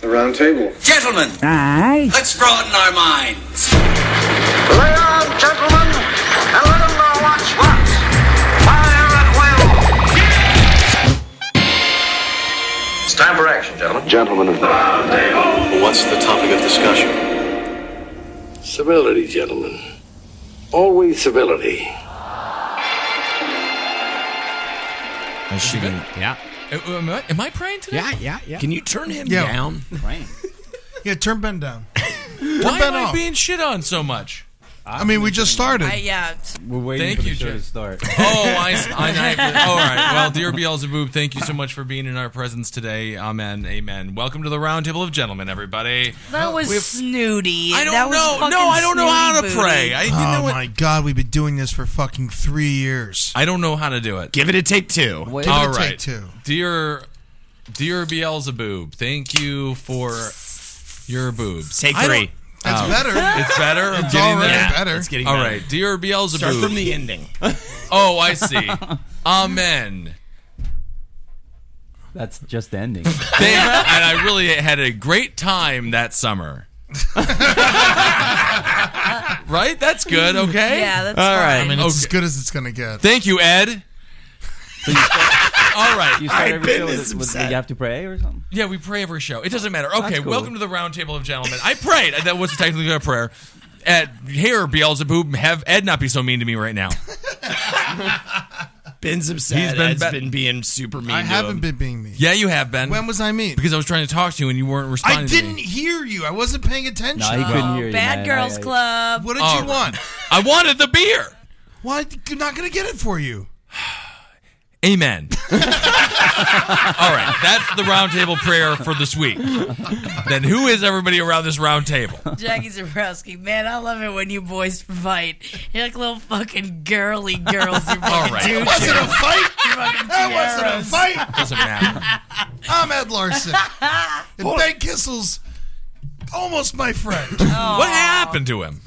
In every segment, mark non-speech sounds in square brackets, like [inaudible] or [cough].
The round table. Gentlemen, Aye. let's broaden our minds. Lay on, gentlemen, and let 'em know what's what. Fire at will. It's time for action, gentlemen. Gentlemen of What's the topic of discussion? civility, gentlemen. Always civility. That's She good? Yeah. Uh, Am I, am I praying today? Yeah, yeah, yeah. Can you turn him Yeah. down? Right. Yeah, turn Ben down. Why Ben am I off. being shit on so much? I mean, we just started. I, yeah. it's- We're waiting Thank for the you, show Jim. to start. [laughs] Oh, I, I, [laughs] I- all right. Well, dear Beelzebub, thank you so much for being in our presence today. Amen. Amen. Welcome to the roundtable of gentlemen, everybody. That was snooty. I don't That was know. fucking No, I don't know how to snooty pray. I, booty. you know oh what? my God, we've been doing this for fucking three years. I don't know how to do it. Give it a take two. Wait, All take right. Oh. two. Dear, dear Beelzebub, thank you for your boobs. Take I don't- three. That's better. It's better. I'm It's getting already there. better. It's getting All better. right, dear Beelzebub. Start from the ending. [laughs] oh, I see. Amen. That's just the ending. Thank- and I really had a great time that summer. [laughs] right? That's good, okay? Mm. Yeah, that's All fine. right. I mean, It's as Okay. good as it's gonna get. Thank you, Ed. So you [laughs] start, All right. you start [laughs] I've every been show this with, with upset. you have to pray or something. Yeah, we pray every show. It doesn't matter. Okay, cool. welcome to the round table of gentlemen. I prayed. That was technically a prayer. Ed, here, Beelzebub, have Ed not be so mean to me right now. Ben's upset. He's He's been been, ba- been being super mean. I to haven't him. been being mean. Yeah, you have, Ben. When was I mean? because I was trying to talk to you and you weren't responding. I to me. didn't hear you. I wasn't paying attention. No, he couldn't hear Oh, you. Bad man. Girls I- [laughs] I- Club. what did All you right. want? I wanted the beer. Why you're not gonna get it [laughs] for you? Amen. All right, that's the roundtable prayer for this week. Then who is everybody around this round table? Jackie Zabrowski. Man, I love it when you boys fight. You're like little fucking girly girls. You're All fucking right. dudes. Was it a fight? [laughs] That wasn't a tiaras. fight. Doesn't matter. I'm [laughs] Ed Larson. and Ben Kissel's almost my friend. What happened to him?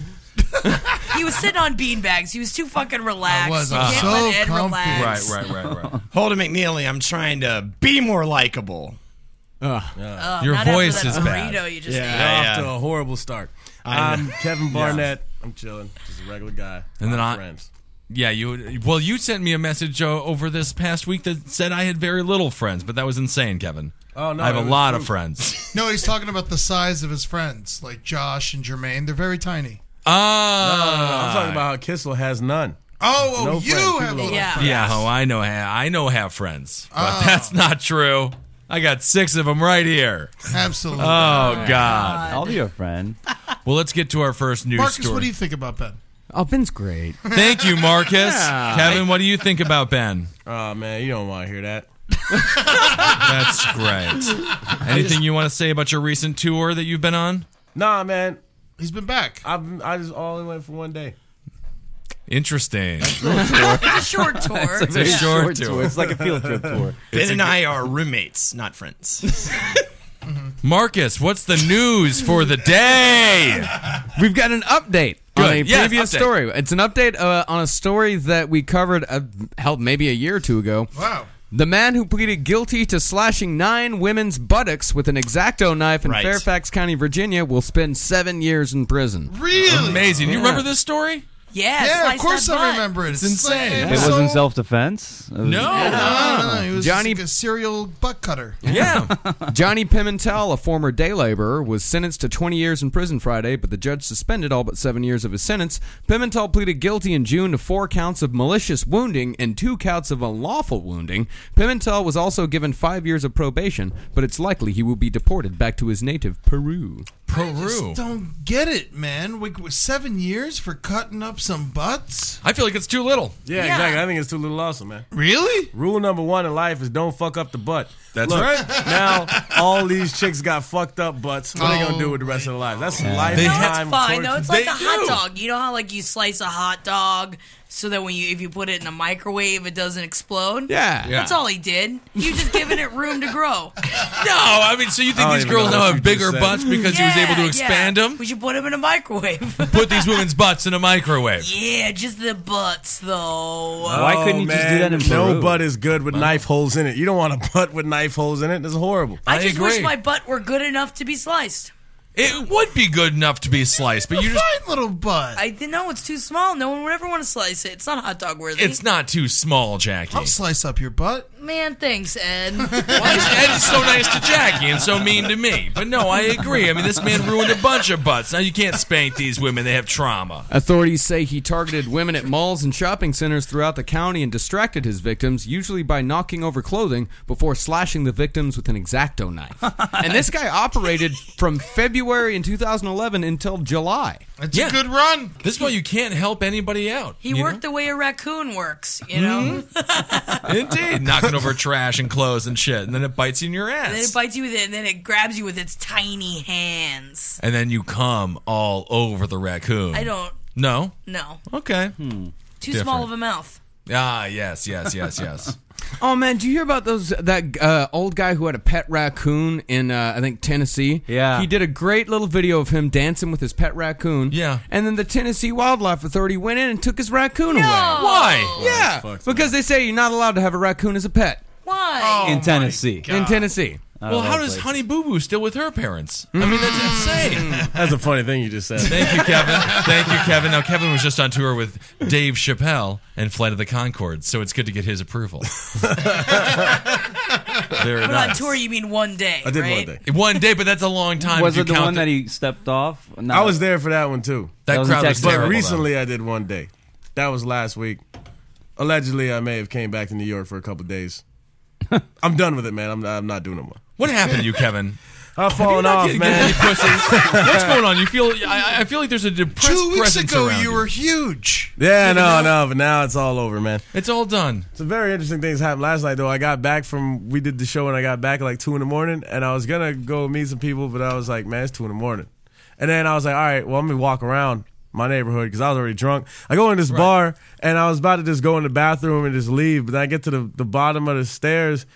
He was sitting on beanbags. He was too fucking relaxed. I was. You I was can't so let Ed comfy. Right, relax. right, right, right. Holden McNeely, I'm trying to be more likable. Right. Your Not after voice that is bad. burrito You just Yeah. ate. yeah. Yeah. to a horrible start. I'm Kevin Barnett. I'm chilling. Just a regular guy. And then I, yeah, you. Well, you sent me a message uh, over this past week that said I had very little friends, but that was insane, Kevin. Oh, no, I have it a was lot of friends. No, he's talking about the size of his friends, like Josh and Jermaine. They're very tiny. Oh. Ah, talking about how Kissel has none. Oh, oh No you friends. have People little Yeah. friends. yeah. Oh, I know. ha- I know. Have friends, Oh. but that's not true. I got six of them right here. Absolutely. Oh God. I'll be your friend. [laughs] Well, let's get to our first news Marcus, story. what do you think about Ben? Oh, Ben's great. Thank you, Marcus. [laughs] Kevin, what do you think about Ben? Oh man, you don't want to hear that. [laughs] That's [laughs] great. Anything you want to say about your recent tour that you've been on? Nah, man. He's been back. I've, I just only went for one day. Interesting. It's a short tour. [laughs] It's a short tour. It's like a field [laughs] trip tour. Ben and I are roommates, not friends. Marcus, what's the news for the [laughs] day? We've got an update on Good. a Yes, previous update. story. It's an update uh, on a story that we covered, uh, hell, maybe a year or two ago. Wow. The man who pleaded guilty to slashing nine women's buttocks with an exacto knife in Right. Fairfax County, Virginia, will spend seven years in prison. Really? Amazing. You Yeah. remember this story? Yeah, Yeah, slice of course that I butt. remember it. It's insane. like- It It was wasn't so- self defense. No. No, [laughs] no, no. He was Johnny- Johnny, a serial butt cutter. Yeah. [laughs] Johnny Pimentel, a former day laborer, was sentenced to 20 years in prison Friday, but the judge suspended all but seven years of his sentence. Pimentel pleaded guilty in June to four counts of malicious wounding and two counts of unlawful wounding. Pimentel was also given five years of probation, but it's likely he will be deported back to his native Peru. Peru. Don't get it, man. Like, what, seven years for cutting up some butts? I feel like it's too [laughs] little. Yeah. exactly. I think it's too little awesome, man. Really? Rule number one in life is don't fuck up the butt. That's Look, right. Now all these chicks got fucked up butts. What are they gonna do Oh with the rest of their life? That's life. They No, have- it's fine though. It's like They a hot do. dog. You know how like you slice a hot dog so that when you if you put it in a microwave it doesn't explode. Yeah. That's all he did. You just giving it room to grow. [laughs] No, I mean, so you think I don't these even know girls now what have you bigger just said. butts because he was able to expand yeah. [laughs] them. We should put them in a microwave. [laughs] Put these women's butts in a microwave. yeah, just the butts though. Why couldn't you just do that in Oh, No Peru? butt is good with knife holes in it. You don't want a [laughs] butt with knife holes in it. It's horrible. I just wish my butt were good enough to be sliced. It would be good enough to be sliced, but you just little butt. I th- no, it's too small. No one would ever want to slice it. It's not hot dog worthy. it's not too small, Jackie. I'll slice up your butt. man. Thanks, [laughs] Ed. Why is Ed so nice to Jackie and so mean to me? But no, I agree. I mean, this man ruined a bunch of butts. Now you can't spank these women; they have trauma. Authorities say he targeted women at malls and shopping centers throughout the county and distracted his victims, usually by knocking over clothing before slashing the victims with an exacto knife. [laughs] and this guy operated from February in 2011 until July. It's Yeah. good run. This is why you can't help anybody out. He you know? Mm-hmm. worked the way a raccoon works, you know. Indeed, knocking over trash and clothes and shit, and then it bites you in your And then it ass, bites you with it, and then it grabs you with its tiny hands. and then you come all over the raccoon. I don't. No. No, Okay. too Different. small of a mouth. Ah, yes, yes, yes, yes. Oh man, do you hear about those that uh, old guy who had a pet raccoon in uh, I think Tennessee? Yeah. he did a great little video of him dancing with his pet raccoon. Yeah, and then the Tennessee Wildlife Authority went in and took his raccoon away. Why? Yeah, because they say you're not allowed to have a raccoon as a pet Why? in Oh Tennessee. in Tennessee. Well, how does Honey Boo Boo still with her parents? I mean, that's insane. [laughs] That's a funny thing you just said. Thank you, Kevin. Thank you, Kevin. Now, Kevin was just on tour with Dave Chappelle and Flight of the Concord, so it's good to get his approval. Very But nice. on tour, you mean one day, I did right? one day. One day, but that's a long time. Was if you it the count one that he stepped off? No. I was there for that one too. That That was in crowd was Texas. But terrible. recently, I did one day. That was last week. Allegedly, I may have came back to New York for a [laughs] couple days. I'm done with it, man. I'm, I'm not doing it more. What happened to you, [laughs] Kevin? I've fallen off, Oh, Getting any man. [laughs] pussy. What's going on? You feel? I, I feel like there's a depressed Two weeks presence ago, around you were huge. Yeah, no, no, but now it's all over, man. It's all done. Some very interesting things happened last night, though. I got back from we did the show, and I got back at like two in the morning, and I was gonna go meet some people, but I was like, man, it's two in the morning, and then I was like, all right, well, I'm gonna walk around my neighborhood because I was already drunk. I go in this bar, and I was about to just go in the bathroom and just leave, but then I get to the, the bottom of the stairs.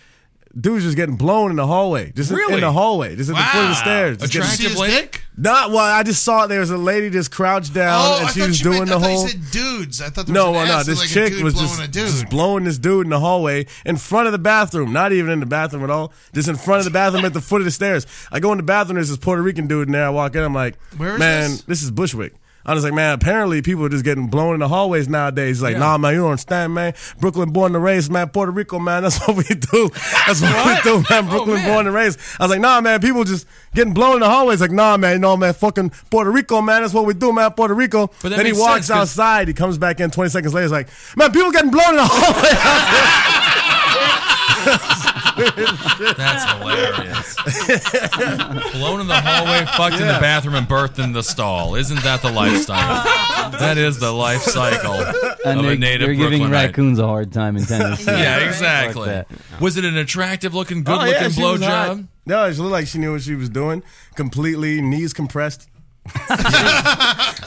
Dude's just getting blown in the hallway, just in- Really? in the hallway, just at the foot of the Wow. stairs. Just getting- See Attractive his lady? dick? Not well. I just saw there was a lady just crouched down, Oh, and I she thought was you doing meant, the I thought you whole. said dudes. I thought there No, was well, an no. ass This like a chick dude was blowing just, a dude. just blowing this dude in the hallway in front of the bathroom. Not even in the bathroom at all. Just in front of the bathroom at the foot of the stairs. I go in the bathroom. There's this Puerto Rican dude in there. I walk in. I'm like, Where is man, this?" is Bushwick. I was like, man, apparently people are just getting blown in the hallways [laughs] nowadays. He's like, nah, man, you don't understand, man. Brooklyn born and raised, man. Puerto Rico, man. That's [laughs] what we do. That's what, we do, man. Brooklyn Oh, man. born and raised. I was like, nah, man, people just getting blown in the hallways. Like, nah, man, no, man, fucking Puerto Rico, man. That's what we do, man. Puerto Rico. But that then he makes walks sense, 'cause- outside. He comes back in 20 seconds later. He's like, man, people getting blown in the hallway. That's [laughs] hilarious. Blown in the hallway, fucked in the bathroom, and birthed in the stall. Isn't that the lifestyle? that is the [laughs] life cycle And of they're, a native they're giving Brooklynite. raccoons a hard time in Tennessee. [laughs] Yeah, Fuck exactly. that. Was it an attractive looking, good Oh, looking [laughs] yeah, she was hot. blowjob? No, she looked like she knew what she was doing. Completely [laughs] knees compressed. [laughs]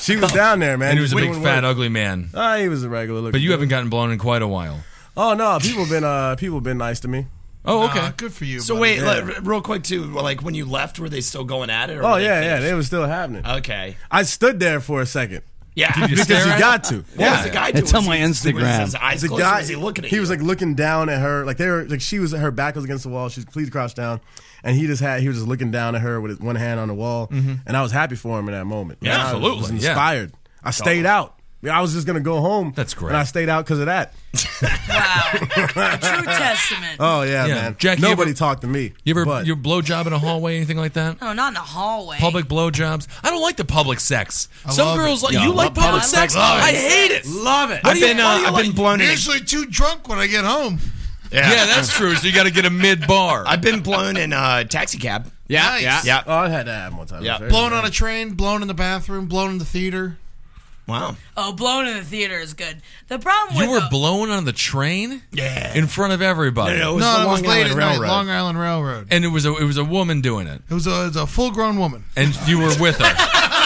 she was down there, man. And he was a big Doing fat work. ugly man. Ah, he was a regular looking. But you dude. haven't gotten blown in quite a while. Oh no, people been uh people been nice to me. Oh, Ah, okay. good for you. So buddy. wait, Yeah. like, Uh, r- real quick too. Like when you left, were they still going at it? Or Oh were they yeah, yeah, finished? they was still happening. Uh, okay. I stood there for a second Yeah. Did you What because stare you at got to. was the guy doing? It's on my Was he- was Instagram. His eyes The closed, or guy, was he looking at he you? was like looking down at her, like they were like she was her back was against the wall. She's completely crouched down, and he just had he was just looking down at her with his one hand on the wall, and I was happy for him in that moment. Mm-hmm. Yeah, Man, I was absolutely, yeah. inspired. I stayed out. I mean, I was just gonna go home. That's great. And I stayed out because of that. Wow, a true testament. Oh yeah, Yeah. man. Jack, you Nobody ever- talked to me. You ever but- your blowjob in a hallway, anything like that? No, not in the hallway. Public blowjobs. I don't like the public sex. Some love girls it. like Yeah, I you love like public public sex. sex. Love it. I hate it. love it. What I've do you- been what uh, do you I've like? been blown in. Usually too drunk when I get home. Yeah, that's true. So you got to get a mid bar. I've been blown in a taxi cab. Yeah, yeah, Yeah. Oh, I had to have one time. Yeah. It was very Blown bad. on a train, blown in the bathroom, blown in the theater. Wow. Oh, blown in the theater is good. The problem You with were the- blown on the train Yeah. in front of no, everybody, no, it was no, the it was Long late Island at night. Railroad. Long Island Railroad. and it was a it was a woman doing it, It was a, it was a full-grown woman. and you were with her.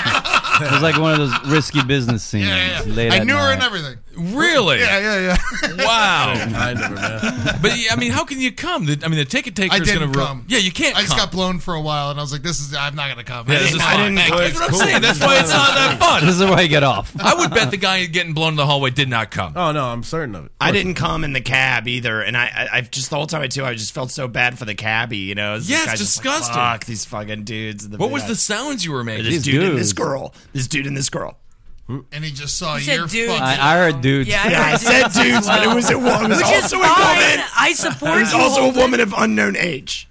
[laughs] [laughs] It was like one of those risky business scenes. Yeah, yeah, yeah. Late I at knew her night. and everything. Really? Yeah, yeah, yeah. Wow. Kind of, man. But yeah, I mean, how can you come? The- I mean, the ticket taker I is didn't going to come. Yeah, you can't. I just come. got blown for a while, and I was like, "This is I'm not gonna come." Yeah, this is fun. Thank you. That's what I'm saying. That's why it's [laughs] not that fun. This is why you get off. I would bet the guy getting blown in the hallway did not come. Oh no, I'm certain of it. I didn't come in the cab either, and I, I, I've just the whole time I too, I just felt so bad for the cabbie. You know, This Yeah, it's guy's just like, disgusting. Fuck these fucking dudes. in What was the sounds you were making? This These dude and this dudes. girl. This dude and this girl. And he just saw said your dudes. fucking. I, I heard dudes. Yeah, I, Yeah, I heard said as dudes, but it was a wo- it was Which is also a fine. woman. I support There's you. also a Holden. woman of unknown age.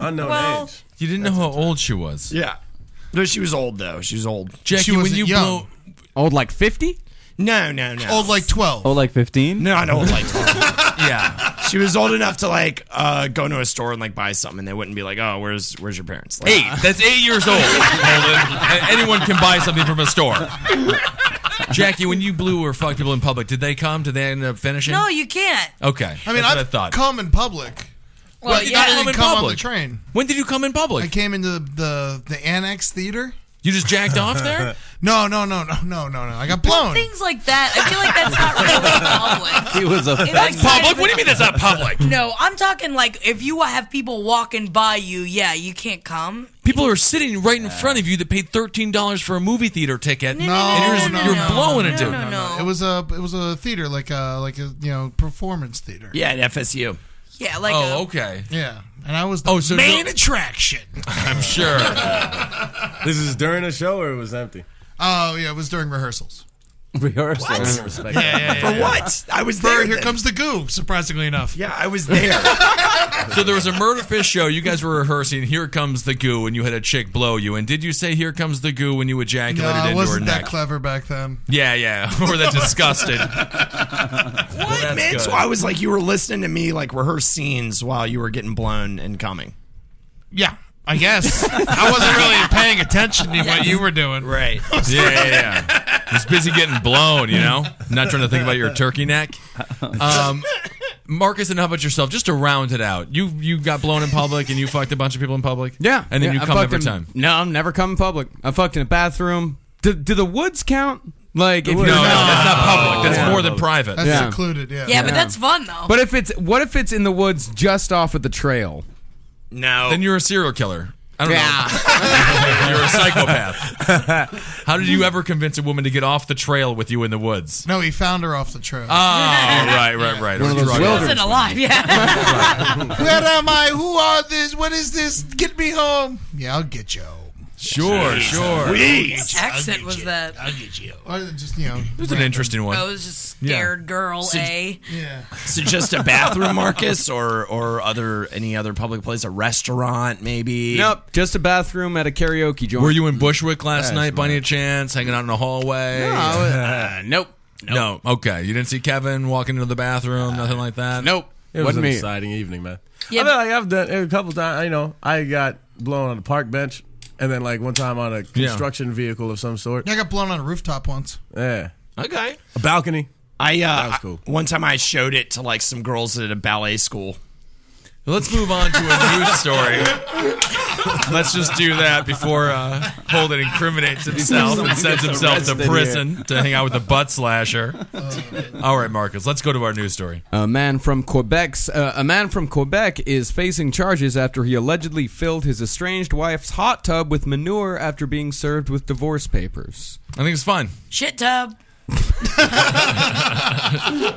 Unknown Well- age. You didn't know how old she was. Yeah. No, she was old though. She was old. Jackie, She when wasn't you young. blow. Old like 50? No, no, no. Old like twelve. Oh, Old like 15? No, I know old like [laughs] Yeah. She was old enough to like uh, go into a store and like buy something, and they wouldn't be like, "Oh, where's where's your parents?" Like, Eight. That's eight years old. Holden. A- Anyone can buy something from a store. Jackie, when you blew or fucked people in public, did they come? Did they end up finishing? No, you can't. Okay. I that's mean, what I've I thought. come in public. Well, But yeah. I Come didn't in come on the public. train. when did you come in public? I came into the the, the annex theater. You just jacked off [laughs] there? No, no, no, no, no, no, no. I got blown. Things like that. I feel like that's not really public. He was a It's fat- like- Public? What do you mean that's not public? No, I'm talking like if you have people walking by you, yeah, you can't come. People are sitting right in front of you that paid thirteen dollars for a movie theater ticket, and Oh, you're, just, Oh, no, you're no, blowing a dude. no, no. It was a it was a theater like a like a you know performance theater. Yeah, at FSU. Yeah, like uh, Oh, a- okay. Yeah, and I was the Oh, so main no- [laughs] attraction. I'm sure. This is during a show or it was empty. Oh yeah, it was during rehearsals. rehearsal. Respect. For what? I was Bro, there. here then. comes the goo. Surprisingly enough, Yeah, I was there. So there was a murder fish show. You guys were rehearsing. Here comes the goo, and you had a chick blow you. And did you say "Here comes the goo" when you no, ejaculated into I her wasn't that neck? clever back then. yeah, [laughs] yeah. or that disgusted. what man? [laughs] good. So I was like, you were listening to me like rehearse scenes while you were getting blown and coming. Yeah, I guess I wasn't really paying attention to what you were doing. [laughs] Right. Yeah, yeah, yeah. I was busy getting blown. You know, not trying to think about your turkey neck. Um, Marcus, and how about yourself? Just to round it out, you you got blown in public, and you fucked a bunch of people in public. Yeah, and then yeah, you I come fucked every in- time. No, I'm never come in public. I fucked in a bathroom. Do, do the woods count? Like, if woods. you- No, no, that's not public. That's Yeah. more than private. That's Yeah. secluded. Yeah. yeah, but that's fun though. But if it's what if it's in the woods just off of the trail? No. Then you're a serial killer. I don't Oh. Yeah, know. [laughs] You're a psychopath. How did you ever convince a woman to get off the trail with you in the [laughs] woods? No, he found her off the trail. Oh, right, right, right. One of those Drug I wilderness addict. wasn't alive. [laughs] [laughs] Yeah, Where am I? Who are this? What is this? Get me home. Yeah, I'll get you. Sure, sure. what accent was that? I Or just you know. It was an interesting one. was just scared girl. eh? a Yeah. So just a bathroom, Marcus, or or other any other public place, a restaurant maybe. nope, just a bathroom at a karaoke joint. Were you in Bushwick last night by any chance, hanging out in the hallway? I was- uh, nope, No. Okay. You didn't see Kevin walking into the bathroom, nothing like that? nope. It was Wasn't an me. exciting evening, man. Yeah, I feel like I've done it a couple times. You know, I got blown on a park bench, and then like one time on a construction vehicle of some sort. I got blown on a rooftop once. Yeah, Okay. a balcony. I uh, was cool. one time I showed it to like some girls at a ballet school. Let's move on to a news story. Let's just do that before uh, Holden incriminates himself and sends himself to prison to hang out with the butt slasher. All right, Marcus, let's go to our news story. A man from Quebec's uh, a man from Quebec is facing charges after he allegedly filled his estranged wife's hot tub with manure after being served with divorce papers. I think it's fun. shit tub.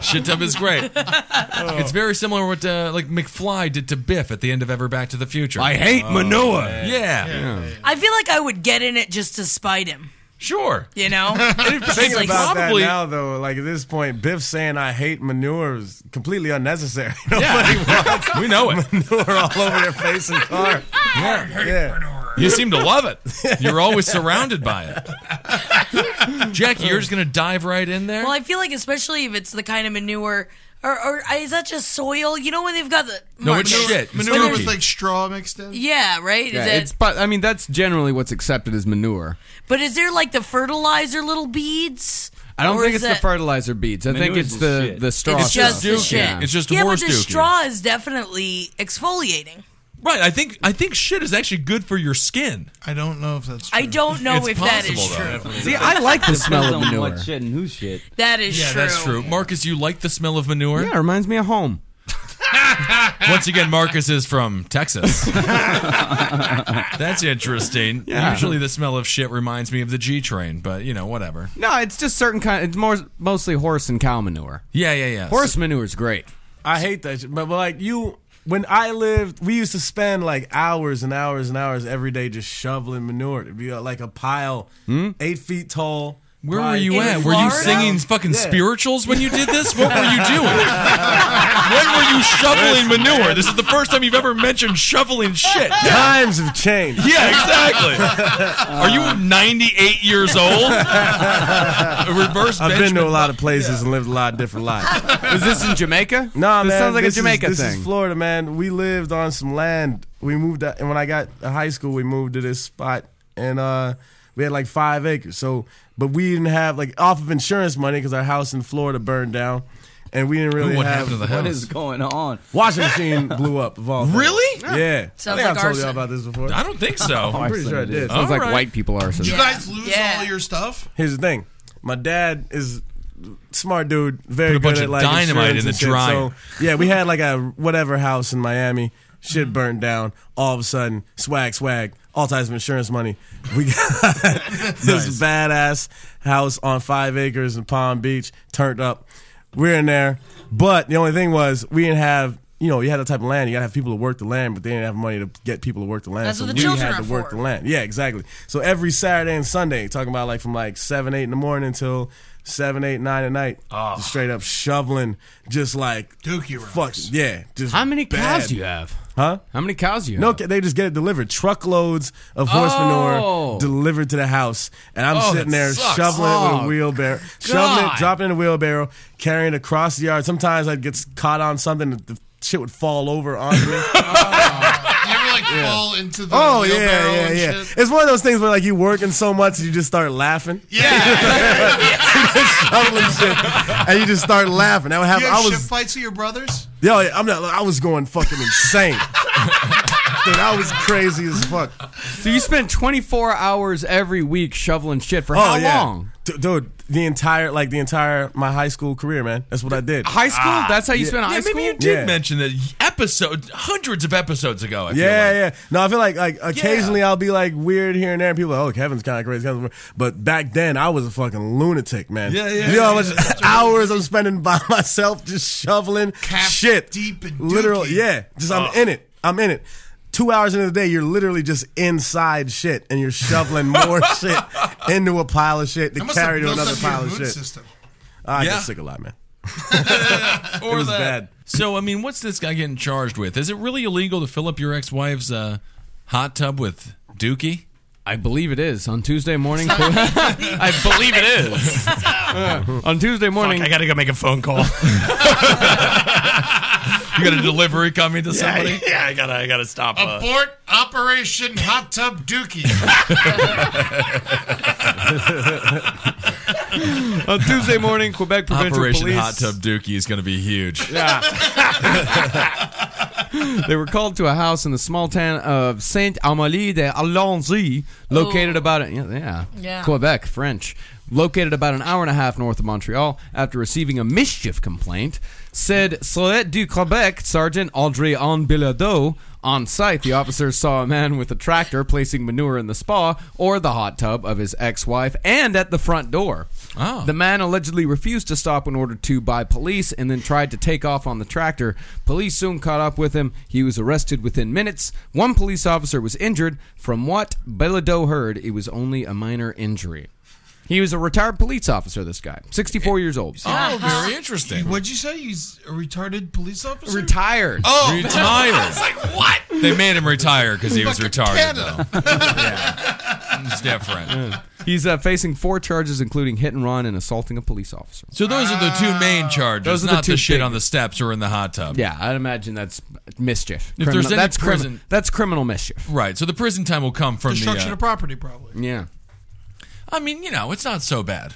Shit tub is great. It's very similar what uh, like McFly did to Biff at the end of Ever Back to the Future. Oh, I hate manure. yeah, I feel like I would get in it just to spite him. sure. [laughs] You know, Think like, about probably- that now, though. Like at this point, Biff saying I hate manure is completely unnecessary. [laughs] Nobody wants We know it. manure all over their face and car. Yeah. You seem to love it. You're always surrounded by it. Jackie, you're just gonna dive right in there. Well, I feel like especially if it's the kind of manure, or, or is that just soil? You know when they've got the No, it's Marcus. shit. It's Manure was spooky. like straw mixed in. Yeah, right. Is Yeah, that- it's but I mean that's generally what's accepted as manure. but is there like the fertilizer little beads? I don't Or think is it's the that- fertilizer beads. I think Manure's it's the the shit. the straw. It's just stuff. the shit. It's just yeah, horse but the dookie. straw is definitely exfoliating. Right. I think I think shit is actually good for your skin. I don't know if that's I don't know It's Oh, if that is possible, though. true. See, [laughs] I like the smell of Depends on manure. What shit and whose shit? That is yeah, true. that's true. Marcus, you like the smell of manure? Yeah, it reminds me of home. Once again, Marcus is from [laughs] Texas. That's interesting. Yeah. Usually, the smell of shit reminds me of the G train, but you know, whatever. No, it's just certain kind. It's more mostly horse and cow manure. Yeah, yeah, yeah. Horse manure is great. I hate that shit. But, but like you, when I lived, we used to spend like hours and hours and hours every day just shoveling manure. It'd be uh, like a pile, eight feet tall. Where were probably- you at? Were you singing fucking Yeah. spirituals when you did this? What were you doing? [laughs] when were you shoveling manure? This is the first time you've ever mentioned shoveling shit. Times have changed. [laughs] Yeah, exactly. Are you 98 years old? A reverse I've been to Benjamin a lot of places and lived a lot of different lives. [laughs] Is this in [laughs] Jamaica? No, nah, this man. sounds like this a Jamaica is, this thing. is Florida, man. We lived on some land. We moved, out, and when I got to high school, we moved to this spot, and uh, we had like five acres. So, but we didn't have like off of insurance money because our house in Florida burned down, and we didn't really what have. happened to the What house? is going on? [laughs] Washing machine blew up. Of all things. Really? Yeah. Sounds I like think I've told arson. y'all about this before. I don't think so. I'm pretty sure I did. Sounds like white people arson. Did you guys lose all your stuff? Here's the thing. My dad is smart dude, very Put a good bunch at of like dynamite insurance in the and shit. dryer. So, yeah, we had like a whatever house in Miami. Shit burned down. All of a sudden, swag, swag, all types of insurance money. We got [laughs] this badass house on five acres in Palm Beach, turned up. We're in there, but the only thing was we didn't have. You know, you had that type of land. You gotta have people to work the land, but they didn't have money to get people to work the land. That's so what the we children had are to work for. the land. Yeah, exactly. So every Saturday and Sunday, talking about like from like seven, eight in the morning until seven, eight, nine at night, Oh. just straight up shoveling, just like dookie fuck, yeah. Just How many cows bad. do you have? Huh? How many cows do you No, have? ca- they just get it delivered. Truckloads of horse Oh. manure delivered to the house, and I'm Oh, sitting that there sucks. shoveling it with Oh, a wheelbarrow, shoveling God. it, dropping it in a wheelbarrow, carrying it across the yard. Sometimes I'd get s- caught on something, and the shit would fall over onto me. [laughs] You ever like fall into the Oh yeah, wheelbarrow yeah, and yeah. [laughs] shit? It's one of those things where like you working so much you just start laughing. [laughs] Yeah. Shoveling shit, and you just start laughing. That would you happen. have I ship was fights with your brothers? yo, I'm not. I was going fucking insane. [laughs] Dude, I was crazy as fuck. So you spend 24 hours every week shoveling shit for how long? Oh, D- dude, the entire like the entire my high school career, man. That's what I did. High school? That's how you spent high yeah, school? maybe you did Yeah. mention that episode, hundreds of episodes ago. I feel Yeah, like. yeah. No, I feel like like occasionally I'll be like weird here and there, and people are like, oh, Kevin's kind of crazy. Kevin's weird." But back then, I was a fucking lunatic, man. Yeah, yeah, You know how yeah, much [laughs] hours I'm spending by [laughs] myself just shoveling Cap shit, deep and literal. dookie. Yeah, just I'm in it. I'm in it. Two hours into the day, you're literally just inside shit, and you're shoveling [laughs] more shit into a pile of shit to That must have carry to built another up your pile of mood shit. Ah, System. I Yeah. get sick a lot, [laughs] man. Or It was that. bad. So, I mean, what's this guy getting charged with? Is it really illegal to fill up your ex wife's uh, hot tub with dookie? I believe it is on Tuesday [laughs] morning. I believe it is on Tuesday morning. I gotta go make a phone [laughs] call. [laughs] you got a delivery coming to somebody? yeah, I gotta, I gotta stop. uh, Abort Operation Hot Tub Dookie. on Tuesday morning, Quebec provincial Operation police. Hot Tub Dookie is gonna be huge. [laughs] They were called to a house in the small town of Saint Amalie de Alonzy, located about yeah, yeah, Yeah. Quebec, French, located about an hour and a half north of Montreal. After receiving a mischief complaint, said Solette du Quebec Sergeant Audrey Anbiladeau on site. The officers saw a man with a tractor placing manure in the spa or the hot tub of his ex-wife and at the front door. Oh. The man allegedly refused to stop when ordered to by police and then tried to take off on the tractor. Police soon caught up with him. He was arrested within minutes. One police officer was injured. From what Bellado heard, it was only a minor injury. He was a retired police officer, this guy, 64 years old. Oh, very interesting. What'd you say? He's a retarded police officer? Retired. oh, Retired. I [laughs] was like, what? [laughs] They made him retire because he was Fucking retarded. Canada. [laughs] Though. yeah. It's different. He's uh, facing four charges, including hit and run and assaulting a police officer. So those are the two main charges. Ah. Those are the not two the shit big- on the steps or in the hot tub. Yeah, I'd imagine that's mischief. If there's any that's crimi- prison- that's criminal mischief. Right. So the prison time will come from Destruction the. Uh, of property, probably. Yeah. I mean, you know, it's not so bad.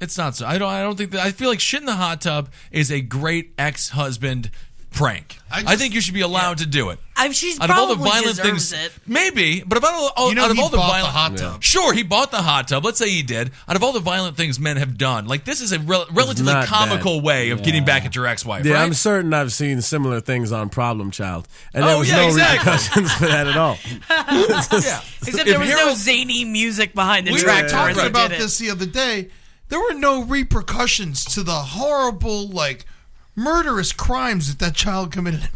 It's not so. I don't. I don't think that. I feel like shit in the hot tub is a great ex-husband prank. I, think you should be allowed to do it. I'm, she's out of all the probably violent deserves things, it. maybe. But about all, all- You know, out of he all the bought the violent, hot tub. sure, he bought the hot tub. Let's say he did. Out of all the violent things men have done, like this is a rel- relatively not comical bad. way of getting back at your ex-wife. Yeah, right? I'm [laughs] certain I've seen similar things on Problem Child, and Oh, there was yeah, no exactly. repercussions for that at all. Except If there was no Harold- zany music behind the we track. were to talking where they about did it. this the other day. There were no repercussions to the horrible, like, murderous crimes that that child committed in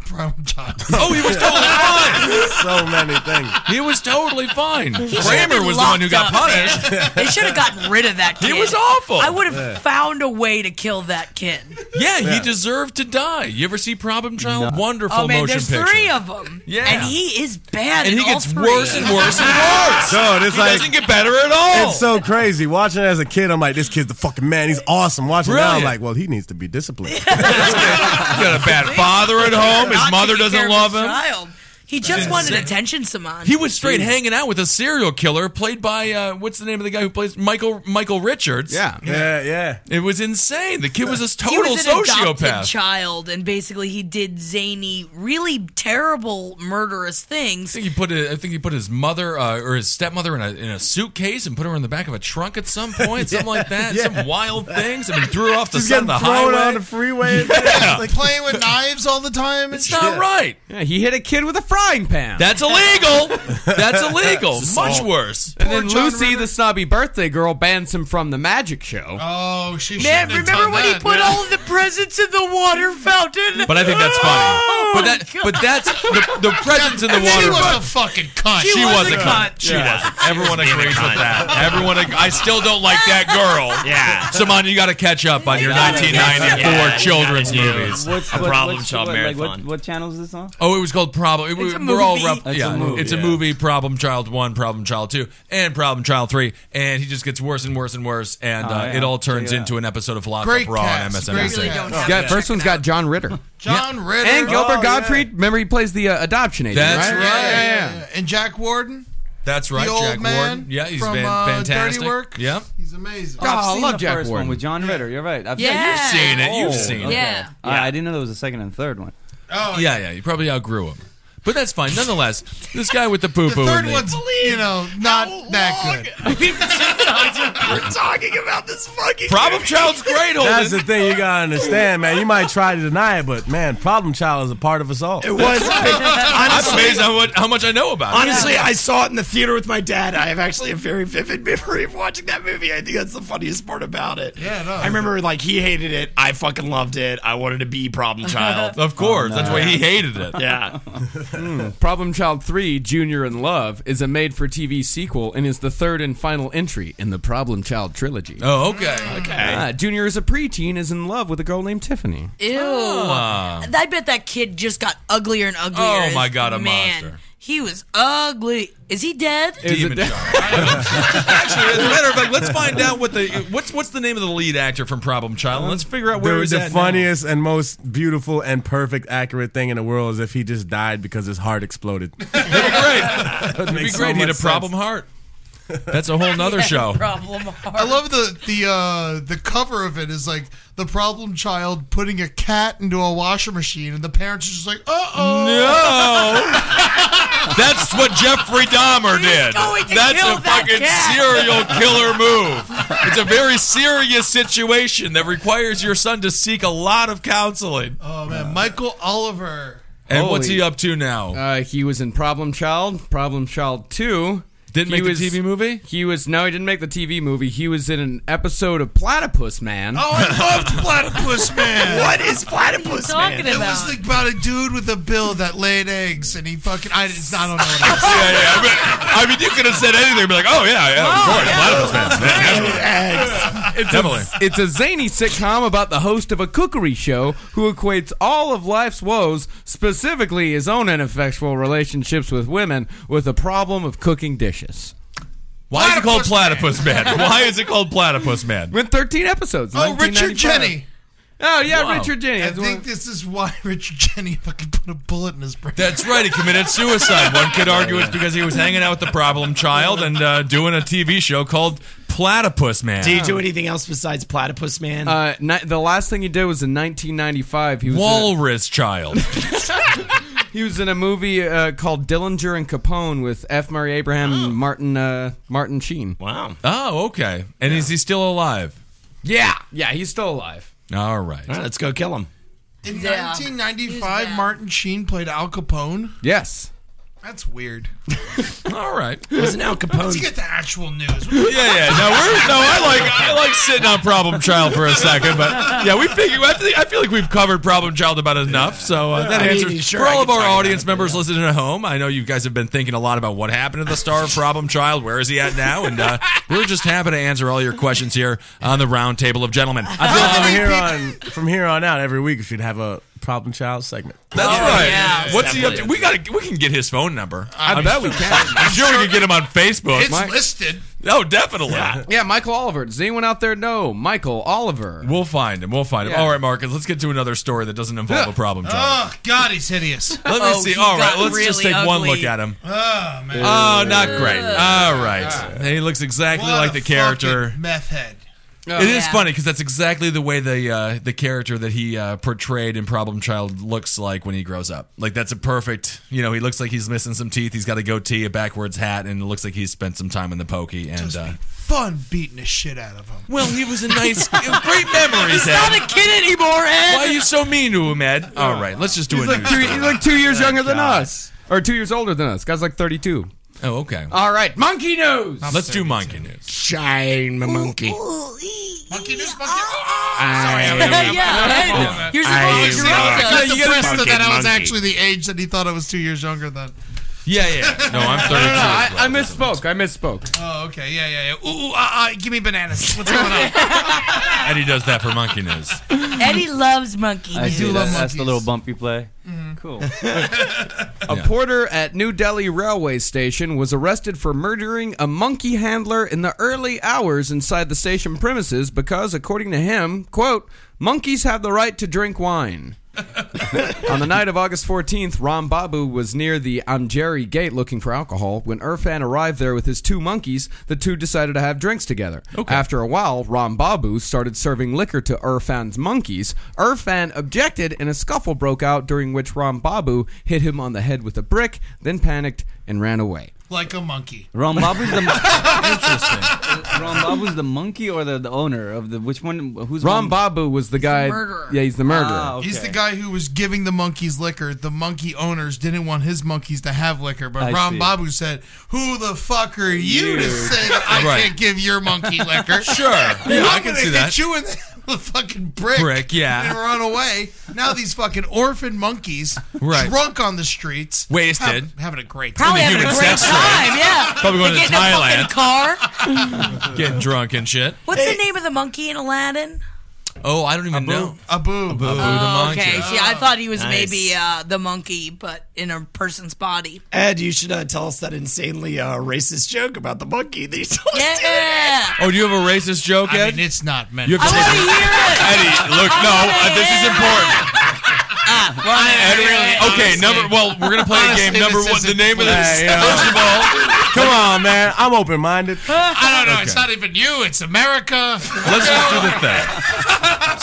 [laughs] prime time. [laughs] Oh, he was totally fine. [laughs] so many things. [laughs] He was totally fine. He should have Kramer been was the one who locked got up, man. punished. [laughs] they should have gotten rid of that [laughs] He kid. was awful. I would have Yeah. found a way to kill that kid. Yeah, Yeah. he deserved to die. You ever see Problem Child? Wonderful oh, man, motion there's picture. three of them. Yeah. And he is bad. And in he all gets three. worse and worse and worse. Dude, it's he like- doesn't get better at all. [laughs] It's so crazy. Watching it as a kid, I'm like, this kid's the fucking man. He's awesome. Watching it now, I'm Brilliant. like, well, he needs to be disciplined. [laughs] He's got a bad father at home. His Not mother taking doesn't care of love his him. Child. He That's just wanted insane. attention, Saman. He was straight hanging out with a serial killer played by uh, what's the name of the guy who plays Michael Michael Richards. Yeah. Yeah, yeah. It was insane. The kid was a He total was an adopted sociopath. child, and basically he did zany, really terrible, murderous things. I think he put a, I think he put his mother uh, or his stepmother in a, in a suitcase and put her in the back of a trunk at some point, something like that. Yeah. Some wild things. I mean, threw her off the She's side of getting the thrown highway. on the freeway. [laughs] Yeah. Like playing with knives all the time. It's not right. Yeah, he hit a kid with a frying pan. That's illegal. That's illegal. It's Much assault. worse. And then Lucy, the snobby birthday girl, bans him from the magic show. Oh, she Man, remember when he put all of the presents in the [laughs] water fountain? Oh But I think that's funny. but that, but that's the, the presence in the water. She was bottle- a fucking cunt. She, was, a cunt. She was. Everyone being a agrees cunt. with that. Everyone. Ag- I still don't like that girl. [laughs] Yeah. Simon, you got to catch up on your gotta catch up. 1994 Yeah, you children's gotta do it. movies. What's- A what- Problem what's- Child what- like, marathon. what, what channel is this on? Oh, it was called Problem. It, It's a we're all movie. rough. It's a yeah, movie, it's a yeah. movie. Problem Child One, Problem Child Two, and Problem Child Three, and he just gets worse and worse and worse, and Oh, uh, yeah. it all turns Check it into an episode of Lock Great Up Raw cast. on Great MSNBC. cast. You don't Oh, have Yeah, to first check one's it got John [laughs] Ritter. John Ritter. And Gilbert Gottfried, remember he plays the uh, adoption agent. That's right. right. Yeah, yeah, yeah. And Jack Warden. That's right. The old Jack man Warden. Yeah, he's from, fan- uh, fantastic. Dirty Work. Yep. He's amazing. Oh, I've seen the first one with John Ritter. You're right. I've Yeah. You've seen it. Oh. You've seen it. okay. Yeah. All right, I didn't know there was a second and third one. yeah, yeah. You probably outgrew him. But that's fine. Nonetheless, this guy with the poo poo. The third one's, you know, not that good. We're talking about this [laughs] fucking Problem Child's great, Holden. That's the thing you gotta understand, man. You might try to deny it, but man, Problem Child is a part of us all. [laughs] It I'm amazed how much, how much I know about Honestly, it. I saw it in the theater with my dad. I have actually a very vivid memory of watching that movie. I think that's the funniest part about it. Yeah, no. I remember like he hated it. I fucking loved it. I wanted to be problem child. Oh, Of course. That's why he hated it. Yeah. Hmm. Problem Child 3, Junior in Love, is a made for TV sequel and is the third and final entry in the Problem Child trilogy. Oh, okay. Okay. Ah, Junior is a preteen, is in love with a girl named Tiffany. Ew. Ah. I bet that kid just got uglier and uglier. Oh as- my God, a man, monster. He was ugly. Is he dead? [laughs] [laughs] Demon Child. Actually, as a matter of fact, let's find out what the what's what's the name of the lead actor from Problem Child. and Let's figure out where the, he's the at now. funniest and most beautiful and perfect accurate thing in the world is if he just died because his heart exploded. [laughs] [laughs] It'd be makes so great. he had a much problem sense. heart. [laughs] That's a whole nother show. [laughs] I love the the uh, the cover of it is like the problem child putting a cat into a washer machine, and the parents are just like, uh [laughs] oh, No. That's what Jeffrey Dahmer did. going to That's kill a that fucking [laughs] cat. serial killer move. It's a very serious situation that requires your son to seek a lot of counseling. Oh man, Michael Oliver. And what's he up to now? Uh, he was in Problem Child, Problem Child 2. Didn't he make the was, TV movie? [laughs] He was no, he didn't make the TV movie. He was in an episode of Platypus Man. Oh, I loved Platypus [laughs] Man. What is Platypus What are you Man? talking It was like about a dude with a bill that laid eggs, and he fucking I, it's- I don't [laughs] know. What it is. yeah, yeah. I mean, I mean, you could have said anything. Be like, oh yeah, yeah, of course, platypus man. It's Definitely. A, it's a zany sitcom about the host of a cookery show who equates all of life's woes, specifically his own ineffectual relationships with women, with the problem of cooking dishes. Why is it called Platypus Man? Why is it called Platypus Man? Went 13 episodes. in Oh, Richard 1995. Jenny. Oh yeah, Richard Jenny. I think this is why [laughs] Richard Jenny fucking put a bullet in his brain. That's right. He committed suicide. One could argue it's because he was hanging out with the problem child and uh, doing a TV show called Platypus Man. Did you do anything else besides Platypus Man? Uh, ni- the last thing he did was in 1995. He was Walrus Child. [laughs] he was in a movie uh, called Dillinger and Capone with F. Murray Abraham [gasps] and Martin uh, Martin Sheen. Wow. Oh, okay. And is he still alive? Yeah, yeah, he's still alive. All right. All right, let's go kill him. In Yeah. 1995, Martin Sheen played Al Capone. Yes. That's weird. All right. Wasn't Al Let's Capone? get the actual news. Yeah, yeah. No, we're no. I like I like sitting on problem child for a second, but yeah, we figure. I, think, I feel like we've covered problem child about enough. So uh, that I mean, answers sure, for I can all of our talk about audience it, members listening at home. I know you guys have been thinking a lot about what happened to the star of problem child. Where is he at now? And uh, we're just happy to answer all your questions here on the round table of gentlemen. I feel [laughs] From here on, from here on out, every week we should have a problem child segment. That's Oh, right. yeah. What's he up to? Definitely. We got. We can get his phone number. I, bet we can. am sure we can get him on Facebook. It's listed. oh, definitely. Yeah, Michael Oliver. Does anyone out there know Michael Oliver? We'll find him. We'll find him. Yeah. All right, Marcus. Let's get to another story that doesn't involve a problem child. Oh God, he's hideous. Let me Oh, see. he All right, got let's just really take one ugly. look at him. Oh man, Oh, not great. All right, he looks exactly What like a the character. fucking meth head. It is Yeah. funny because that's exactly the way the uh, the character that he uh, portrayed in Problem Child looks like when he grows up. Like that's a perfect. You know, he looks like he's missing some teeth. He's got a goatee, a backwards hat, and it looks like he's spent some time in the pokey. And uh, Fun beating the shit out of him. well, he was a nice, great memories. Not Ed. a kid anymore, Ed. Why are you so mean to him, Ed? All right, let's just do He's a like, new two, story. he's like two years younger than us, or two years older than us. Guy's like Uh, 32. Oh, okay. All right, monkey news. Let's do monkey news. Shine, my monkey. Monkey news, [laughs] monkey. I, yeah, Ed, you're supposed to I- drop I us. got depressed fucking that I was monkey. actually the age that he thought I was two years younger than. Yeah, yeah. [laughs] No, I'm 32. I, I misspoke. I misspoke. Oh, okay, yeah, yeah, yeah. Ooh, ooh, uh, uh, give me bananas. [laughs] What's going on? Eddie does that for monkey news. Eddie loves monkey I news. do love That's monkeys. the little bumpy play. Cool. A porter at New Delhi railway station was arrested for murdering a monkey handler in the early hours inside the station premises because, according to him, quote, monkeys have the right to drink wine. On the night of August 14th, Ram Babu was near the Amjeri gate looking for alcohol. When Irfan arrived there with his two monkeys, the two decided to have drinks together. After a while, Ram Babu started serving liquor to Irfan's monkeys. Irfan objected, and a scuffle broke out during which Ram Babu hit him on the head with a brick, then panicked and ran away. like a monkey. Ron [laughs] Babu's the interesting. Ron Babu's the monkey or the, the owner of the which one? Who's Ram Ron Babu was the guy. murderer. Yeah, he's the murderer. Ah, okay. He's the guy who was giving the monkeys liquor. The monkey owners didn't want his monkeys to have liquor, but I Ram see. Babu said, "Who the fuck are you to You. say that I Right. can't give [laughs] your monkey liquor?" [laughs] Sure. Yeah, I can see that. You in the, [laughs] the fucking brick, Brick, yeah. and run away. Now these fucking orphan monkeys, Right. drunk on the streets, Wasted. have- having a great time. Probably In the having a human great sex trade. time, yeah. Probably going They to get in a fucking Thailand. car. [laughs] Getting drunk and shit. What's the name of the monkey in Aladdin? Oh, I don't even know. Abu, Abu. Who the Oh, monkey? okay. See, I thought he was Nice. maybe uh, the monkey, but in a person's body. Ed, you should uh, tell us that insanely uh, racist joke about the monkey that you told [laughs] us the other day. Yeah. [laughs] Oh, do you have a racist joke, I Ed? mean, it's not meant. you have I to Oh, want to take it. hear it. Eddie, look, no, uh, this is important. Eddie, okay, number. Well, we're gonna play a game. Honestly, Number this one. The isn't name of this. Hey, you [laughs] know, First of all, come on, man. I'm open minded. I don't know. It's not even you. It's America. let's just do the thing.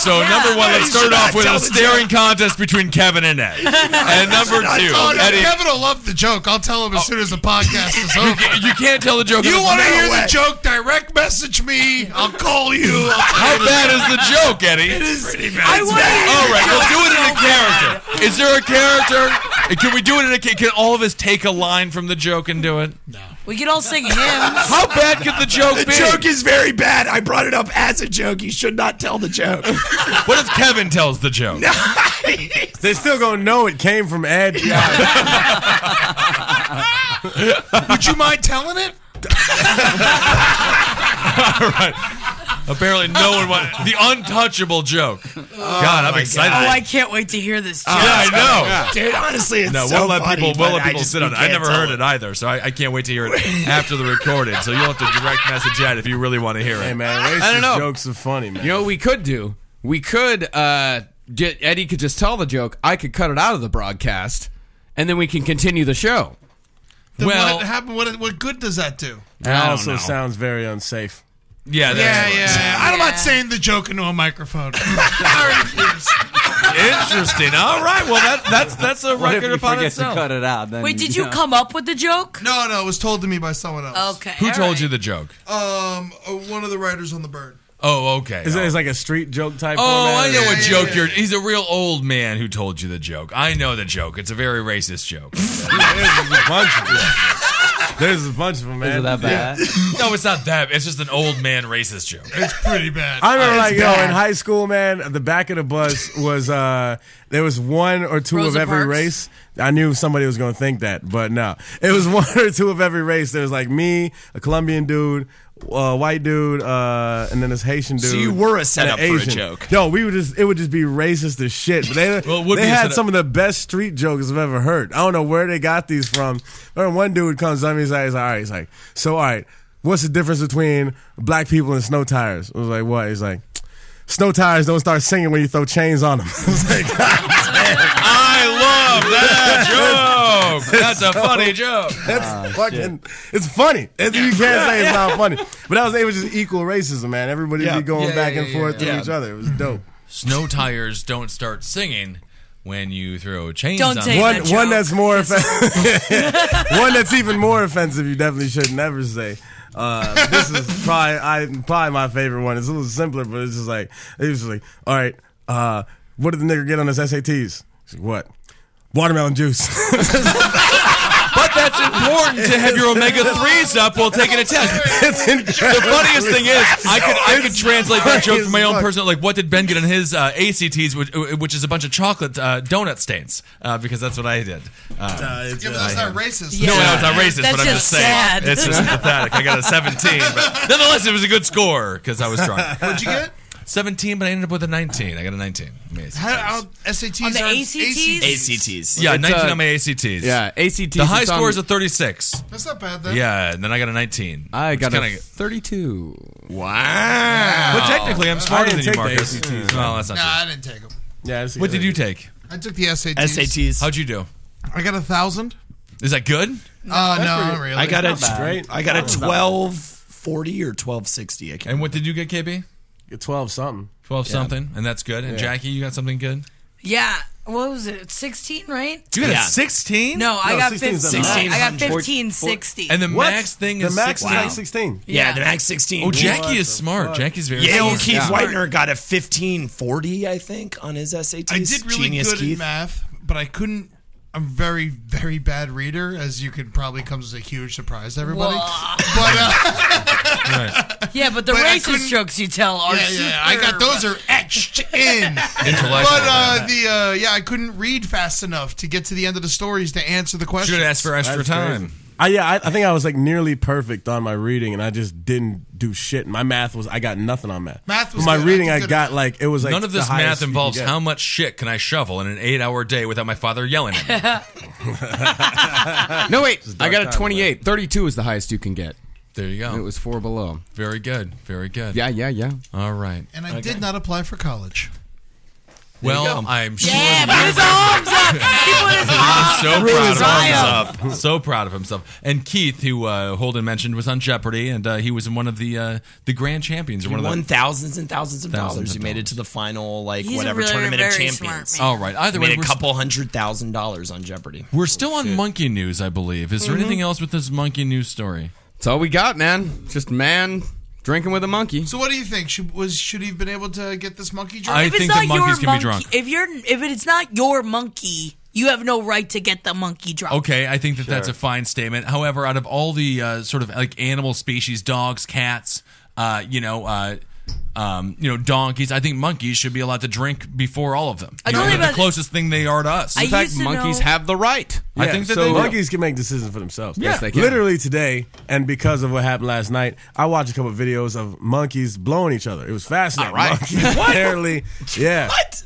So number one, let's start off with a staring contest between Kevin and Ed. And number two, Oh, no, Eddie. Kevin will love the joke. I'll tell him as soon as the podcast is over. You can't tell the joke. Oh. [laughs] You on want to the- hear the joke? Direct message me. I'll call [laughs] you. How bad is [laughs] the joke, Eddie? It is pretty bad. I All right, we'll do it in a character. Is there a character? Can we do it in a? ca- Can all of us take a line from the joke and do it? We could all sing hymns. How bad could the joke The be? joke is very bad. I brought it up as a joke. You should not tell the joke. [laughs] what if Kevin tells the joke? They still gonna know it came from Ed. Would you mind telling it? Apparently, no one wanted the untouchable joke. Oh God, I'm excited. Oh, I can't wait to hear this. yeah, I know. Dude, honestly, it's No, so we'll let funny, people but we'll let I people just- sit you on it. I can't never tell heard it either, so I, I can't wait to hear it after the recording. So you'll have to direct message Ed if you really want to hear Hey it. man, racist don't know. jokes are funny, man. You know what we could do? We could uh get, Eddie could just tell the joke. I could cut it out of the broadcast, and then we can continue the show. Then Well- what happened? What, what good does that do? That also sounds very unsafe. Yeah, yeah, that's yeah, yeah. I'm not saying the joke into a [laughs] microphone. I refuse. Interesting. All right. Well, that, that's that's a What if record you upon forget to itself. cut it out, then Wait, did you come up with the joke? No, no, it was told to me by someone else. Okay. Who all told right. you the joke? Um, uh, one of the writers on the bird. Oh, okay. Is it it's like a street joke type? Oh, I format? know what joke you're. He's a real old man who told you the joke. I know the joke. It's a very racist [laughs] joke. There's a bunch of them. There's a bunch of them, man. Is it that bad? no, it's not that. It's just an old man racist joke. It's pretty bad. I remember, like, yo, bad. in high school, man, the back of the bus was uh there was one or two Rosa of every Parks? race. I knew somebody was gonna think that, but no, it was [laughs] one or two of every race. There was like me, a Colombian dude, uh, white dude, uh, and then this Haitian dude. So you were a and an setup for a Asian. joke. No, we would just it would just be racist as shit. [laughs] But they Well, it would they be a had setup. some of the best street jokes I've ever heard. I don't know where they got these from. Remember one dude comes up, he's like, he's like, all right, he's like, so all right, what's the difference between black people and snow tires? I was like, what? He's like, snow tires don't start singing when you throw chains on them. [laughs] I was like, [laughs] I love that joke. That's a funny joke. That's fucking. It's funny. It's- you can't say it's not funny. But that was it was just equal racism, man. Everybody Yeah. be going Yeah, back yeah, and yeah, forth yeah. to Yeah. each other. It was dope. Snow tires don't start singing when you throw chains. Don't on take one them. one that's more offensive. [laughs] one that's even more offensive. You definitely should never say. Uh, this is probably I probably my favorite one. It's a little simpler, but it's just like it was just like, all right, uh, what did the nigga get on his SATs? He's like, what? Watermelon juice. [laughs] But that's important to [laughs] have your omega threes up while taking a test. The funniest thing is, I could I could translate that joke for my own personal. Like, what did Ben get on his uh, ACTs, which, which is a bunch of chocolate uh, donut stains? Uh, because that's what I did. Uh, Yeah, but that's not racist. No, no, it's not racist, That's but I'm just just saying sad. it's just pathetic. I got a 17, but nonetheless, it was a good score because I was drunk. What'd you get? 17, but I ended up with a 19. I got a 19. Amazing. How, how, SATs On the aren't ACTs? ACTs. Yeah, It's, 19 uh, on my ACTs. yeah, um, ACTs, The high it's on- score is a 36. That's not bad then. Yeah, and then I got a 19. I which got kinda- a 32. Wow. But technically, I'm smarter I than didn't you, take the Marcus. ACTs. No, that's not Nah, true. I didn't take them. Yeah. What did you take? I took the SATs. How'd you do? I got a thousand. Is that good? Uh, no, not really. I got a Not bad. straight. I got a Not bad. twelve forty or twelve sixty. I can't. And what did you get, KB? Twelve something. 12 Yeah. something, and that's good. And Yeah. Jackie, you got something good? Yeah. What was it? 16, right? You got a 16? No, I got 15. I got 1560. 1560. And the max thing The is max is like 16. Yeah. Yeah, the max 16. Oh, Jackie What is the smart. fuck? Jackie's very Yale smart. Keith Yeah. Whitener got a 1540, I think, on his SATs. I did really Genius good in Keith. math, but I couldn't. I'm very, very bad reader, as you can probably come as a huge surprise to everybody. Whoa. But uh, yeah, but the But I racist couldn't- jokes you tell [laughs] are yeah, yeah, I got superb. those are etched [laughs] in. Intellectual. But uh, the uh, yeah, I couldn't read fast enough to get to the end of the stories to answer the questions. asked for extra That's crazy. I, yeah, I, I think I was like nearly perfect on my reading, and I just didn't do shit. My math was I got nothing on math. Math But was my good. reading, That's I good. got like it was like None of the this highest math you can involves get. how much shit can I shovel in an eight-hour day without my father yelling at me. No, Ah. wait. It's a dark Oh. I got a time, 28. 32 is the highest you can get. There you go. It was four below. Very good. Very good. Yeah, yeah, yeah. All right. And I did not apply for college. Well, I'm sure. Yeah, that you're- put his arms I'm so up. He put his arms Threw proud his of arms himself. Ah, [laughs] So proud of himself. And Keith, who uh, Holden mentioned, was on Jeopardy, and uh, he was in one of the uh, the grand champions. He in one of the won thousands and thousands of Thousands dollars. He of made it to the final, like He's a whatever really tournament of very champions. smart man. All right. Either Made way, a we're s- couple hundred thousand dollars on Jeopardy. We're still on monkey news, I believe. Is there Mhm. anything else with this monkey news story? That's all we got, man. Just man drinking with a monkey. So what do you think? Should was should he have been able to get this monkey drunk? I If it's think not the monkeys your can be monkey, drunk. If you're if it's not your monkey, you have no right to get the monkey drunk. Okay, I think that that's a fine statement. However, out of all the uh, sort of like animal species, dogs, cats, uh, you know, uh, um, you know, donkeys, I think monkeys should be allowed to drink before all of them. I You know, told you they're the about- closest thing they are to us. I In fact, used to monkeys know- have the right. I think that so they do. monkeys can make decisions for themselves. Yes, Yeah. they can. Literally today, and because of what happened last night, I watched a couple of videos of monkeys blowing each other. It was fascinating. All right. Monkeys [laughs] apparently, yeah. What?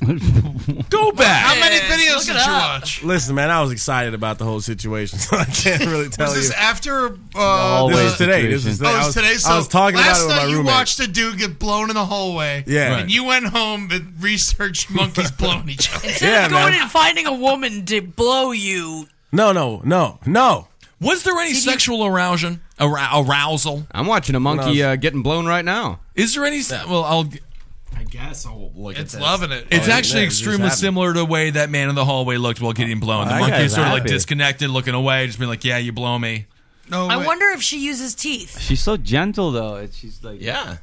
Go back. How many Yes, videos look did it you up. watch? Listen, man, I was excited about the whole situation, [laughs] so I can't really tell Was this you. after? Uh, this the- is today. This is today. Oh, I it's was, today. So I was talking about last it with night my you roommate. watched a dude get blown in the hallway. Yeah. and you went home [laughs] and researched monkeys blowing each other. Instead of going and finding a woman to blow you, No, no, no, no. Was there any sexual arousal? Arou- arousal. I'm watching a monkey uh, getting blown right now. Is there any? Well, I'll. I guess I'll look It's loving it. It's Oh, actually yeah, it just extremely happened. similar to the way that man in the hallway looked while getting blown. The That monkey guy's is sort of like happy. disconnected, looking away, just being like, "Yeah, you blow me." No, I wonder if she uses teeth. She's so gentle though. It's- She's like Yeah.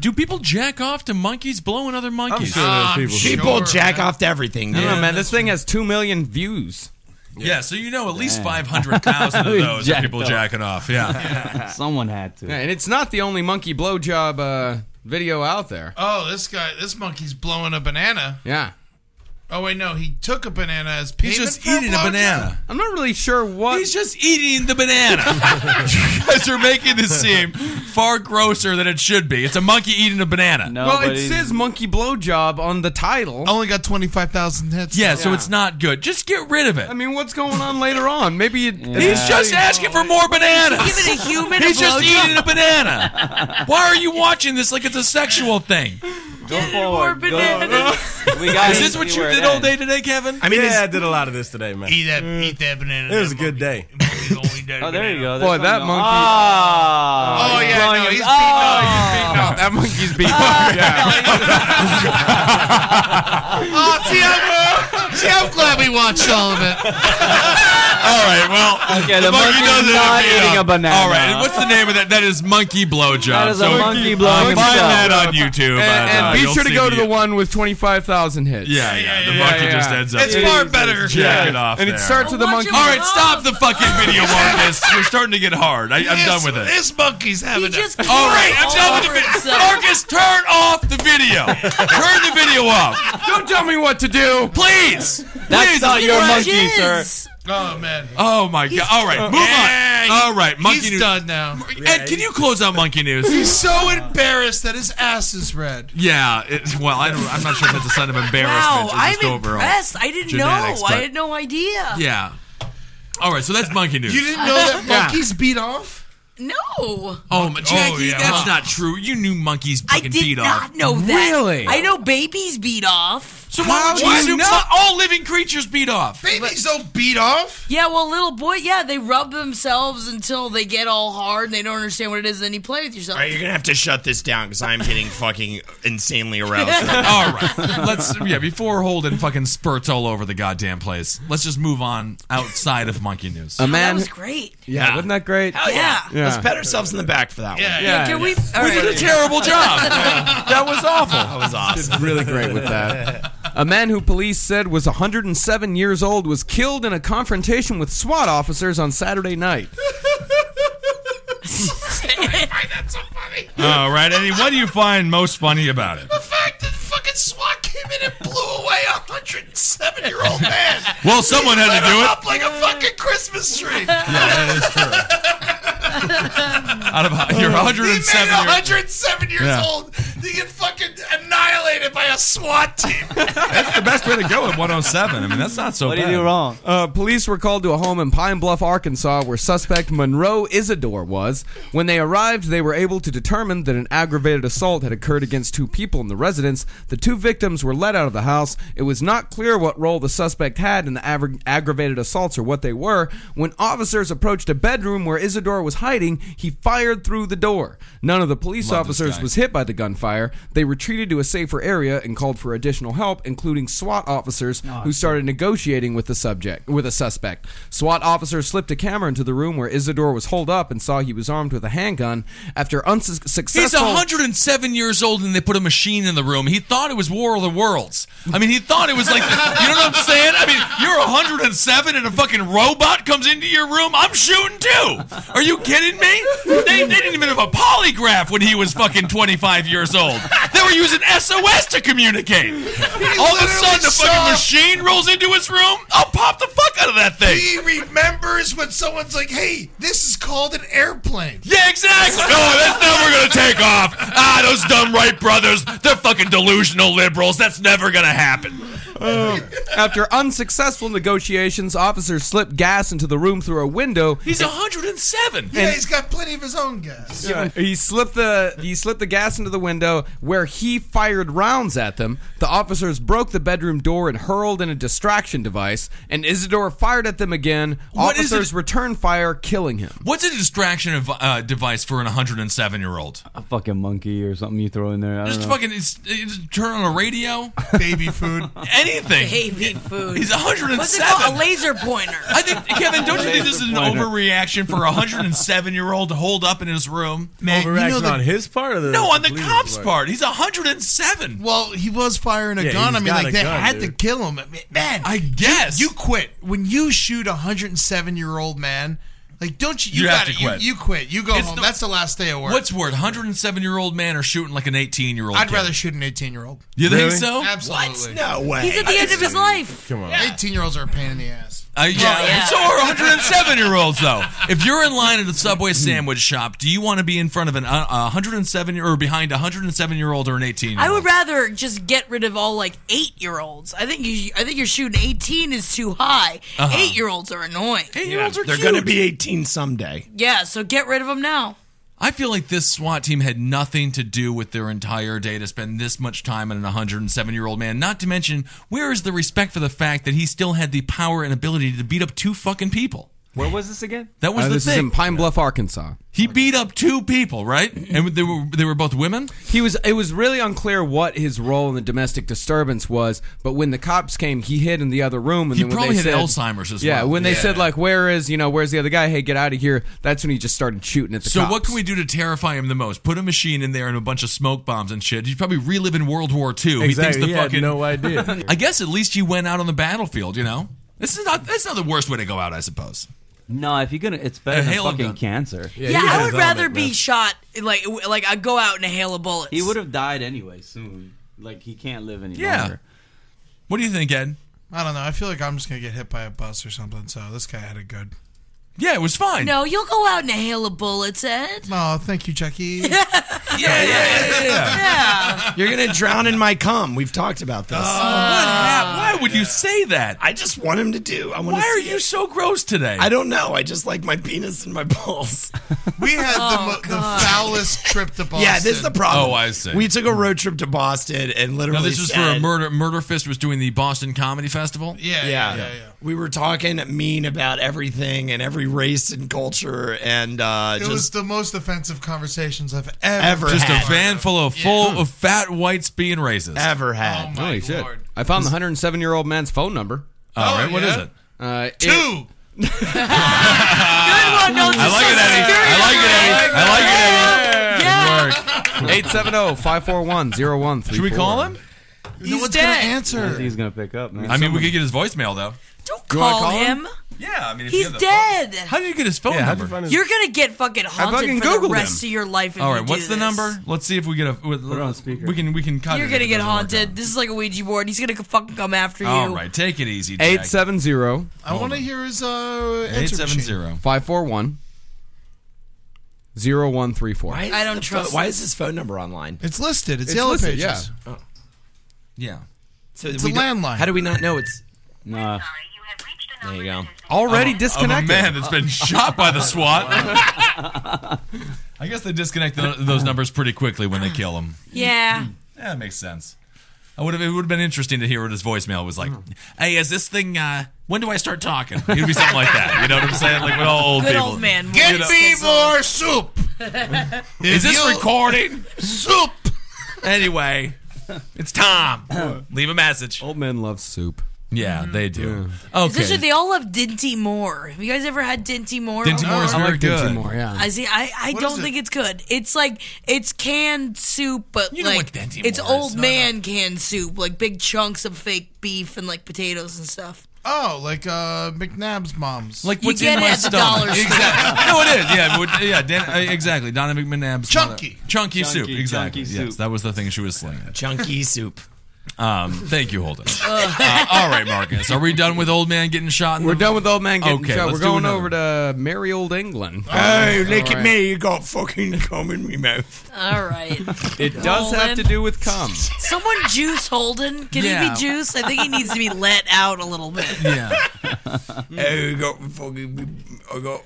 Do people jack off to monkeys blowing other monkeys? sure there's I'm people who do. people jack off to everything. No, dude. no, man, this thing has two million views. Yeah, so you know at least five hundred thousand [laughs] of those are Jacked people off. jacking off. Yeah. Someone had to. Yeah, and it's not the only monkey blowjob uh, video out there. Oh, this guy, this monkey's blowing a banana. Yeah. Oh wait, no, he took a banana as payment. for blowjob. I'm not really sure what. He's just eating the banana. [laughs] you guys are making this seem far grosser than it should be. It's a monkey eating a banana. well, it says monkey blowjob on the title. Oh. Only got twenty five thousand hits. Yeah, so it's not good. Just get rid of it. I mean, what's going on later on? Maybe it, He's just asking for more bananas. [laughs] He's giving a human a He's just blowjob. eating a [laughs] banana. Why are you watching this like it's a sexual thing? Go forward. Go- bananas. We got Is it. this what We you were did then. all day today, Kevin? I mean, yeah, I did a lot of this today, man. Eat that, eat that banana. Mm. It was a good day. [laughs] Oh, there you go. Boy, that monkey- Ah. Oh, yeah, no, he's beating up. That monkey's beating Oh, see how, [laughs] see how glad we watched all of it. [laughs] All right, well, Okay, the the, monkey, monkey's doesn't not have to eat eating up. a banana. All right, and what's the name of that? That is monkey blowjob. That is a So, monkey uh, blowing Find himself. that on YouTube, And, uh, and be you'll sure to see go to the one with 25,000 hits. Yeah, yeah, the monkey yeah. just ends up. It's far better. Jack it off. And there. it starts with the monkey. All right, stop the fucking video, Marcus. You're starting to get hard. I, I'm This- done with it. This monkey's having a Just All right, I'm all done with the over video. himself. [laughs] Marcus, turn off the video. Turn the video off, Don't tell me what to do. please. That's please, not it's your great. monkey, sir. Oh man, Oh my god! All right, move on. All right, monkey he's news. done now. Ed, can you close out monkey news? He's so embarrassed that his ass is red. Yeah. It, well, I don't, I'm not sure if that's a sign of Wow, embarrassment or I'm just overall. impressed. I didn't genetics, know. but- I had no idea. Yeah. All right, so that's monkey news. You didn't know that [laughs] Yeah. monkeys beat off? No. Oh, my, Jackie, yeah. that's not true. You knew monkeys I fucking did beat not off. know that. Really? I know babies beat off. So why would you How do you assume know? mo- all living creatures beat off? Babies don't beat off. Yeah, well, little boy, yeah, they rub themselves until they get all hard and they don't understand what it is. And then you play with yourself. All right, you're gonna have to shut this down because I'm [laughs] getting fucking insanely aroused. All right, let's yeah. Before Holden fucking spurts all over the goddamn place, let's just move on outside of monkey news. A Oh, that man. was great. yeah, wasn't that great? Hell yeah. Yeah. Let's pat ourselves in the back for that Yeah, one. Yeah, Can yeah. we? All We right. did a terrible job. that [laughs] was awful. That was awesome. really great with that. A man who police said was 107 years old was killed in a confrontation with SWAT officers on Saturday night. That's so funny. All right, Eddie, what do you find most funny about it? The fact that fucking SWAT came in and blew away a 107 year old man. Well, someone had to do it. Up like a fucking Christmas [laughs] tree. Out of you're He made 107 years. 107 years Yeah. old to get fucking annihilated by a SWAT team. That's the best way to go at 107. I mean, that's not so What bad. did you do wrong? Uh, police were called to a home in Pine Bluff, Arkansas, where suspect Monroe Isidore was. When they arrived, they were able to determine that an aggravated assault had occurred against two people in the residence. The two victims were let out of the house. It was not clear what role the suspect had in the aggra- aggravated assaults or what they were. When officers approached a bedroom where Isidore was hiding, he fired through the door. None of the police Love this officers guy. was hit by the gunfire. They retreated to a safer area and called for additional help, including SWAT officers who started negotiating with the subject with a suspect. SWAT officers slipped a camera into the room where Isidore was holed up and saw he was armed with a handgun. After unsuccessful, He's 107 years old and they put a machine in the room. He thought it was War of the Worlds. I mean, he thought it was like, you know what I'm saying? I mean, you're 107 and a fucking robot comes into your room. I'm shooting too. Are you kidding me? They, they didn't even have a polygraph when he was fucking 25 years old. They were using SOS to communicate. All of a sudden, the fucking saw- machine rolls into his room. I'll pop the fuck out of that thing. He remembers when someone's like, hey, this is called an airplane. Yeah, exactly. No, that's never gonna take off. ah, those dumb Wright brothers, they're fucking delusional liberals. That's never gonna happen. After unsuccessful negotiations, officers slipped gas into the room through a window. He's 107. Yeah, he's got plenty of his own gas. Yeah, [laughs] He slipped the he slipped the gas into the window where he fired rounds at them. The officers broke the bedroom door and hurled in a distraction device, and Isidore fired at them again. What is officers it- returned fire, killing him. What's a distraction of, uh, device for an 107 year old? A fucking monkey or something you throw in there. I don't Just know. fucking it's, it's turn on a radio, [laughs] baby food, anything. Baby food. He's 107. What's it called? A laser pointer. I think Kevin, don't you think this is an Laser pointer. overreaction for a 107 year old to hold up in his room? Overreaction on his part or the No, on the police's cop's part. He's 107. Well, he was firing a Yeah, gun. he's I mean, got like a they gun, had to dude. kill him. I mean, Man, I guess. you, you quit when you shoot a 107 year old man. Like, don't you? You, You have gotta, to quit. You, you quit. You go It's home. the- That's the last day of work. What's worse, 107 year old man or shooting like an 18 year old? I'd rather shoot an 18 year old. You think Really? so? Absolutely. No way. He's at the end of his life. Come on. 18 year olds are a pain in the ass. Uh, yeah. yeah. So are 107 year olds though. If you're in line at a Subway sandwich shop, do you want to be in front of an uh, 107 year or behind a 107 year old or an 18? year old? I would rather just get rid of all like eight year olds. I think you. I think you're shooting eighteen is too high. Eight year olds are annoying. Eight year olds are They're cute. going to be 18 someday. Yeah, so get rid of them now. I feel like this SWAT team had nothing to do with their entire day to spend this much time on an 107 year old man. Not to mention, where is the respect for the fact that he still had the power and ability to beat up two fucking people? Where was this again? That was Uh, the this is thing. in Pine Bluff, Arkansas. he beat up two people, right? And they were they were both women. He was. It was really unclear what his role in the domestic disturbance was. But when the cops came, he hid in the other room. And He then when probably they had said, Alzheimer's as yeah, well. when they Yeah. said like, "Where is you know where's the other guy? Hey, get out of here!" That's when he just started shooting at the So cops. what can we do to terrify him the most? Put a machine in there and a bunch of smoke bombs and shit. He's probably reliving World War II. He thinks Exactly. the He had fucking. no [laughs] idea. I guess at least you went out on the battlefield. You know, this is not that's not the worst way to go out. I suppose. No, if you're gonna, it's A better than hail fucking gun. cancer. Yeah, he was I in his would rather element, be man. shot like like I go out and a hail of bullets. He would have died anyway soon. Like he can't live any Yeah. longer. What do you think, Ed? I don't know. I feel like I'm just gonna get hit by a bus or something. So this guy had a good. Yeah, it was fine. No, you'll go out and a hail of bullets, Ed. Oh, thank you, Chucky. Yeah, yeah, yeah. yeah. Yeah. You're going to drown in my cum. We've talked about this. Uh, Why would you say that? I just want him to do. I want Why to are see you it. so gross today? I don't know. I just like my penis and my balls. [laughs] We had Oh, the, mo- the foulest trip to Boston. Yeah, this is the problem. Oh, I see. We took a road trip to Boston and literally. No, this was for said- a murder. Murder Fist was doing the Boston Comedy Festival. Yeah, yeah, Yeah. yeah, yeah. we were talking mean about everything and every race and culture and uh, It just was the most offensive conversations I've e- ever, Ever Just a had. van full of full of fat whites being racist. ever had. Oh my Holy shit! lord! I found the 107 year old man's phone number. All right, what is yeah? it? Uh, it- Two. Good one, no, I like it, Eddie. I like it, Eddie. I like it, Eddie. Yeah. Good [laughs] work. oh, 870-541-0134. Should we call him? no He's one's dead. gonna I think answer. he's gonna pick up, man. I mean, we could get his voicemail though. Don't You wanna call, call him? him. Yeah, I mean, if He's dead. How did you get his phone Yeah, how'd you number? find his- You're gonna get fucking haunted fucking for the Googled rest him. of your life. If All you right, do what's the this. number? Let's see if we get a. Put it on speaker. We can we can. cut You're it gonna if it get doesn't work haunted. This is like a Ouija board. He's gonna c- fucking come after you. out. All right, take it easy. Jack. 870 I want to hear his uh, answer 870. 541 0134. is I don't the trust pho- why is his phone number online? It's listed. It's, It's yellow listed, pages. yeah. Yeah. So It's we a don't- landline. How do we not know it's? Nah. There you go. Already of a disconnected. man that's [laughs] been shot by the SWAT. [laughs] I guess they disconnect tho- those numbers pretty quickly when they kill him. Yeah. Yeah, that makes sense. I would have. It would have been interesting to hear what his voicemail was Hmm. like. Hey, is this thing? Uh, when do I start talking? It'd be something like that. You know what I'm saying? Like with all old Good people. old man. Get Morris me Kissel. more soup. [laughs] Is this recording? soup? anyway, it's [laughs] Tom. Leave a message. Old men love soup. Yeah, Mm-hmm. they do. Okay. Essentially, they all love Dinty Moore. Have you guys ever had Dinty Moore? Oh. Dinty Moore is I very like good. Dinty Moore, yeah. I see. I, I What don't is it? think it's good. It's like it's canned soup, but You know like what Dinty it's Moore old is. No, man canned soup, like big chunks of fake beef and like potatoes and stuff. Oh, like uh, McNabb's mom's. Like You what's get in it my at the stomach? dollar store. exactly. no, it is. Yeah, but- yeah. Dan, uh, exactly. Donna McNabb's mother. Chunky. chunky soup. Chunky Exactly. yes, soup. [laughs] that was the thing she was slinging. Chunky soup. Um, thank you, Holden. Uh, all right, Marcus. Are we done with old man getting shot? In We're done with old man getting okay, shot. let's We're do going another. over to merry old England. Hey, All look at right. me, you got fucking cum in me mouth. All right. It does have Holden. to do with cum. Someone juice Holden. Can he Yeah. be juice? I think he needs to be let out a little bit. [laughs] [laughs] Yeah. I got fucking. I got.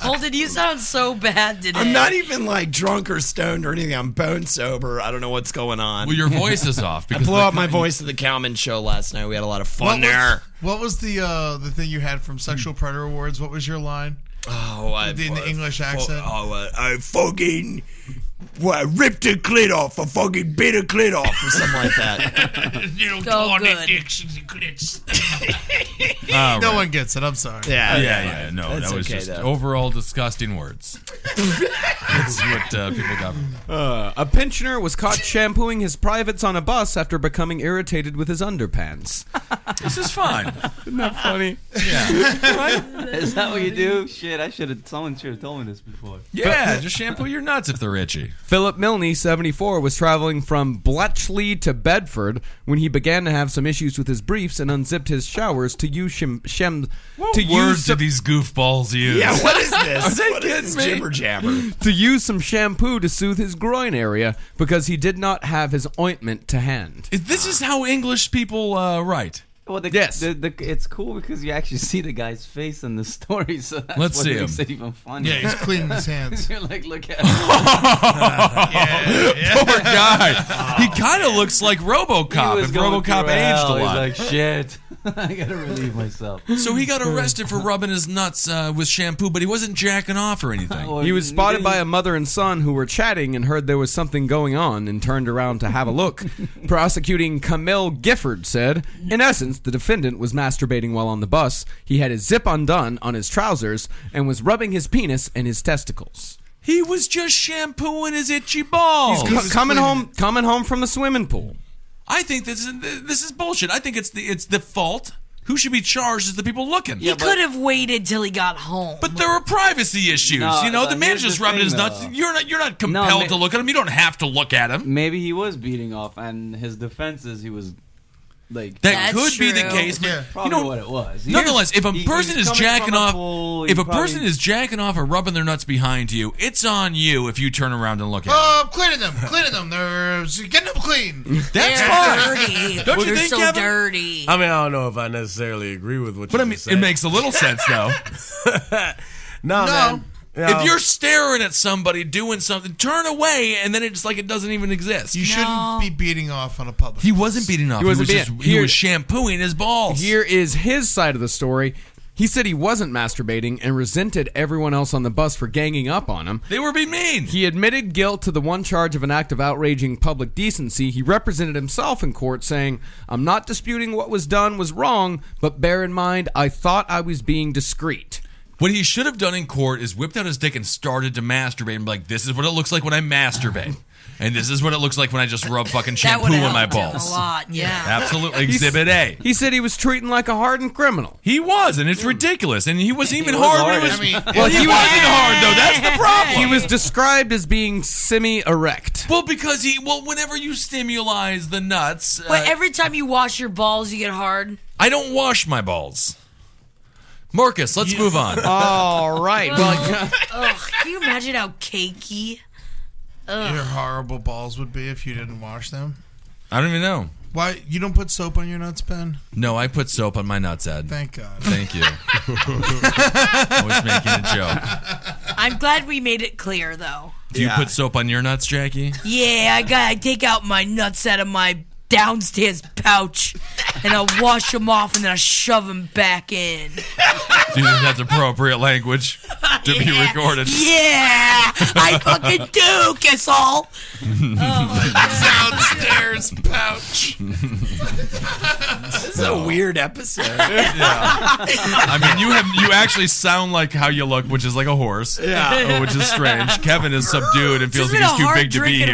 Holden, you sound so bad today. I'm not even like drunk or stoned or anything. I'm bone sober. I don't know what's going on. Well, your voice is off I because blew the- out my voice at the Cowman show last night. We had a lot of fun there. Hmm. What was the uh, the thing you had from Sexual Predator Awards? What was your line? Oh, I, in the English accent. Oh, uh, I fucking well, I ripped a clit off. I fucking bit a clit off or something like that. Little So tonic good. dicks and clits. All [laughs] No right. one gets it. I'm sorry. yeah, yeah, yeah. No, that was just overall disgusting [laughs] words. That's what uh, people got. From. Uh, a pensioner was [laughs] caught shampooing his privates on a bus after becoming irritated with [laughs] his underpants. This is fun. Isn't that funny? [laughs] Is that what you do? Shit, I should have. Someone should have told me this before. Yeah, just shampoo your nuts if they're itchy. Philip Milne, 74, was traveling from Bletchley to Bedford when he began to have some issues with his briefs and unzipped his showers to use shim, shem, to words use do these goofballs use? Yeah, what is this? Are they What is kidding this me? jibber jabber? to use some shampoo to soothe his groin area because he did not have his ointment to hand. Is This is how English people uh, write. Well, the, Yes. the, the, it's cool because you actually see the guy's face in the story, so that's Let's what see makes [laughs] him. it even funnier. Yeah, he's cleaning [laughs] his hands. Oh, You're [laughs] like, look [laughs] at Oh, Poor guy. He kind of looks like RoboCop. If RoboCop aged a lot. He's like, shit, [laughs] I gotta relieve myself. So he got arrested for rubbing his nuts uh, with shampoo, but he wasn't jacking off [laughs] or anything. He was spotted by a mother and son who were chatting and heard there was something going on and turned around to have a look. Prosecuting Camille Gifford said, in essence, the defendant was masturbating while on the bus. He had his zip undone on his trousers and was rubbing his penis and his testicles. He was just shampooing his itchy balls. He's co- coming home, coming home from the swimming pool. I think this is this is bullshit. I think it's the it's the fault. Who should be charged is the people looking. he could have waited till he got home. But there are privacy issues. No, you know, but the man's here's just the rubbing thing, his nuts. though. You're not you're not compelled ma- to look at him. You don't have to look at him. Maybe he was beating off, and his defense is he was like That could be the case, but Probably you know what it was. Nonetheless, if a He- he person was is coming jacking from a off, pool, if he a person probably- is jacking off or rubbing their nuts behind you, it's on you if you turn around and look at. Oh, I'm cleaning them, cleaning them. They're getting them clean. That's They're fine. dirty. Don't you They're think, so Kevin? dirty. I mean, I don't know if I necessarily agree with what. But you I mean, just it said. makes a little sense [laughs] though. no, man. No. If you're staring at somebody doing something, turn away, and then it's like it doesn't even exist. You shouldn't be beating off on a public. He wasn't beating off. He, wasn't was just beating- he here- was shampooing his balls. Here is his side of the story. He said he wasn't masturbating and resented everyone else on the bus for ganging up on him. They were being mean. He admitted guilt to the one charge of an act of outraging public decency. He represented himself in court, saying, I'm not disputing what was done was wrong, but bear in mind, I thought I was being discreet. What he should have done in court is whipped out his dick and started to masturbate and be like, this is what it looks like when I masturbate. And this is what it looks like when I just rub fucking that shampoo would on my have him a balls. lot. Yeah. Absolutely. Exhibit A. He said he was treating like a hardened criminal. He was, and it's ridiculous. And he wasn't even was hard when he was. hard. I mean, well, he, he was- wasn't hard, though. That's the problem. He was described as being semi erect. Well, because he. Well, whenever you stimulize the nuts. uh, But every time you wash your balls, you get hard. I don't wash my balls. Marcus, let's move on. All right. Well, Ugh, can you imagine how cakey? your horrible balls would be if you didn't wash them. I don't even know. Why you don't put soap on your nuts, Ben? No, I put soap on my nuts, Ed. Thank God. Thank you. [laughs] I was making a joke. I'm glad we made it clear, though. Do you put soap on your nuts, Jackie? Yeah, I got. I take out my nuts out of my downstairs pouch, and I wash them off, and then I shove them back in. Do you think that's appropriate language to be recorded? Yeah, I fucking do, Kissel. Downstairs pouch. This is a weird episode. I mean, you have you actually sound like how you look, which is like a horse, yeah, which is strange. Kevin is subdued and feels This like has been he's a too hard big to be drinking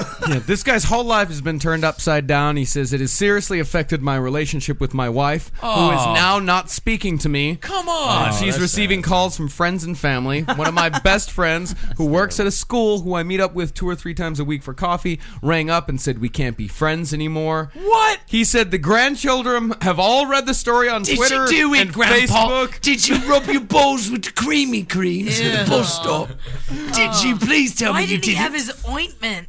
here. Yeah, this guy's whole life has been turned upside down. He says it has seriously affected my relationship with my wife, who Oh. is now not speaking to me. Come on. She's that's receiving calls from friends and family. One of my best friends, who works at a school who I meet up with two or three times a week for coffee, rang up and said we can't be friends anymore. What? He said the grandchildren have all read the story on Did Twitter you do it, and Grandpa? Facebook. Did you rub your balls with the creamy creams at the bus stop? Did you please tell Why me you didn't he did have it? his ointment?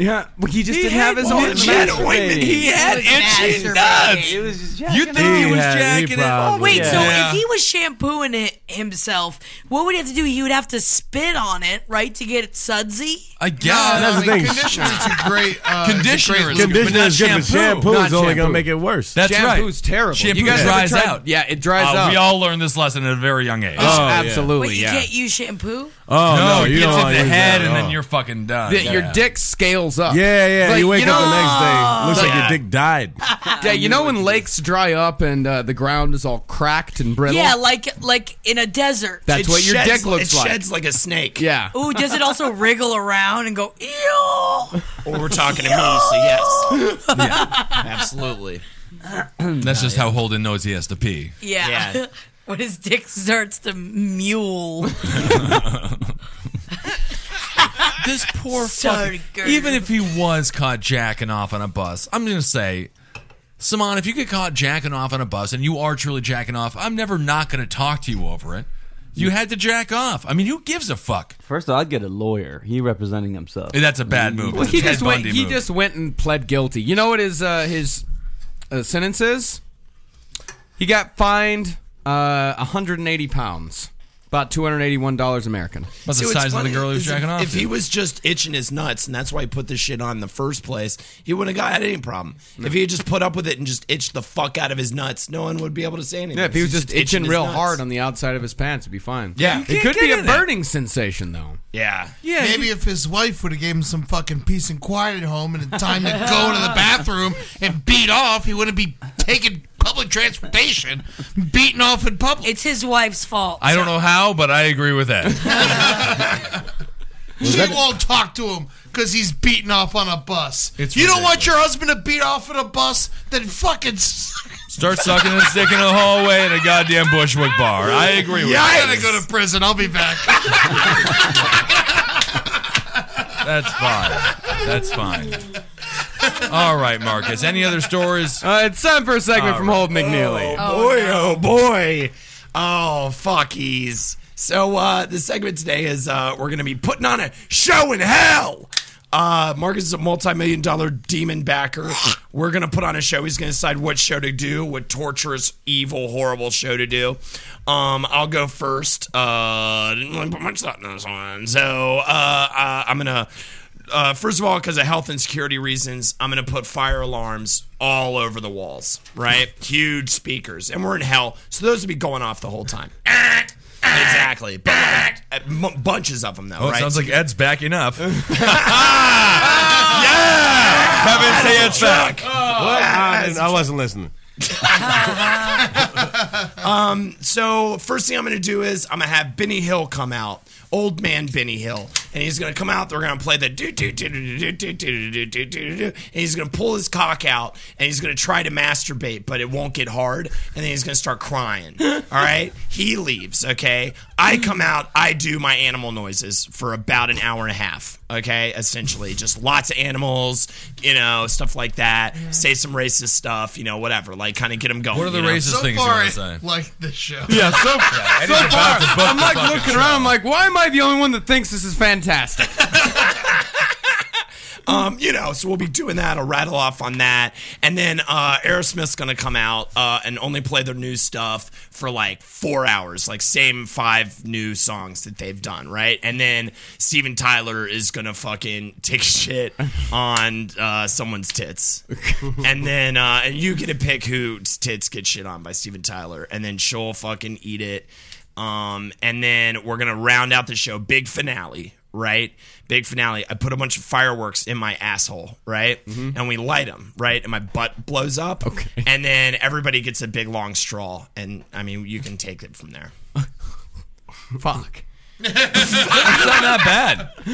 Yeah, but he just He didn't had have his one. own. He had masturbating. ointment. He had He was itchy masturbating. nuts. It was just you think he was jacking it? Oh, wait, so Yeah. if he was shampooing it himself, what would he have to do? He would have to spit on it, right, to get it sudsy? I guess. that's the thing. Conditioner is a great. Uh, Conditioner is uh, good, but Conditioner not is good, but shampoo Not is only shampoo. gonna make it worse. That's Shampoo's right. terrible. Shampoo You guys ever dries tried- out. Yeah, it dries Uh, out. We all learned this lesson at a very young age. Oh, absolutely, Wait, you yeah. can't use shampoo? Oh, no, no, it you gets don't in wanna the use head, that at and then all. you're fucking done. That Your dick scales up. Yeah, yeah. Like, you wake up know- the next day, looks like your dick died. Yeah, you know when lakes dry up and uh, the ground is all cracked and brittle. Yeah, like like in a desert. That's It what your sheds- dick looks it like. sheds like a snake. Yeah. Ooh, does it also wriggle around and go, ew? Well, we're talking to me, so [laughs] yes. Yeah. Absolutely. That's just how Holden knows he has to pee. Yeah. [laughs] when his dick starts to mule. this poor Sorry, fucking- girl. Even if he was caught jacking off on a bus, I'm gonna say, Simon, if you get caught jacking off on a bus and you are truly jacking off, I'm never not gonna talk to you over it. You had to jack off. I mean, who gives a fuck? First of all, I'd get a lawyer. He representing himself. Mm. That's a bad move. Well, It's a he Ted just went. Bundy He move. just went and pled guilty. You know what his uh, his uh, sentence is? He got fined uh, 180 pounds, about 281 dollars American. See, what's funny is if- If he was just itching his nuts, and that's why he put this shit on in the first place, he wouldn't have had any problem. If he had just put up with it and just itched the fuck out of his nuts, no one would be able to say anything. yeah, if he was He's just itching his real nuts. hard on the outside of his pants, it'd be fine. Yeah. You it can't could be get a in there. burning sensation though. Yeah. Yeah, Maybe if his wife would have gave him some fucking peace and quiet at home and the time to go to the bathroom and beat off, he wouldn't be taking public transportation, beating off in public. It's his wife's fault. I don't know how, but I agree with that. She won't talk to him because he's beating off on a bus. It's you don't want your husband to beat off on a bus? Then fucking. s- Start sucking his dick in a hallway in a goddamn Bushwick bar. I agree [laughs] with Yeah, I that. gotta go to prison. I'll be back. That's fine. That's fine. All right, Marcus. Any other stories? Uh, it's time for a segment from Hold McNeely. boy, oh boy. Oh, fuckies. So uh the segment today is uh we're gonna be putting on a show in hell. Uh Marcus is a multi-million dollar demon backer. We're gonna put on a show. He's gonna decide what show to do, what torturous, evil, horrible show to do. Um, I'll go first. Uh didn't really put much thought in this one. So uh, uh I'm gonna uh, first of all, because of health and security reasons, I'm going to put fire alarms all over the walls, [laughs] right? Huge speakers. And we're in hell. So those would be going off the whole [laughs] time. exactly. But, uh, m- bunches of them, though, Oh, it right? sounds like Ed's backing [laughs] up. [laughs] Kevin, say it's back. What? Oh, Ah, I, didn't- I wasn't listening. um, so first thing I'm going to do is I'm going to have Benny Hill come out, old man Benny Hill, and he's going to come out. They're going to play the do do do do do do do do do do do do, and he's going to pull his cock out and he's going to try to masturbate, but it won't get hard, and then he's going to [laughs] start crying. All right, he leaves. Okay, I come out. I do my animal noises for about an hour and a half. Okay, essentially just lots of animals, you know, stuff like that. Say some racist stuff, you know, whatever. Like kind of get them going. What are the you know? racist So things you far, want to say? like this show. Yeah, so, Eddie's so about far, to book I'm the like fucking looking show. around. I'm like, why am I the only one that thinks this is fantastic? Um, you know, so we'll be doing that. I'll rattle off on that, and then uh, Aerosmith's gonna come out uh, and only play their new stuff for like four hours, like same five new songs that they've done, right? And then Steven Tyler is gonna fucking [laughs] take shit on uh, someone's tits, and then uh, and you get to pick whose tits get shit on by Steven Tyler, and then she'll fucking eat it. Um, and then we're gonna round out the show. Big finale, right? Big finale. I put a bunch of fireworks in my asshole, right? Mm-hmm. And we light them, right? And my butt blows up. Okay. And then everybody gets a big long straw, and I mean, you can take it from there. Fuck. That's not that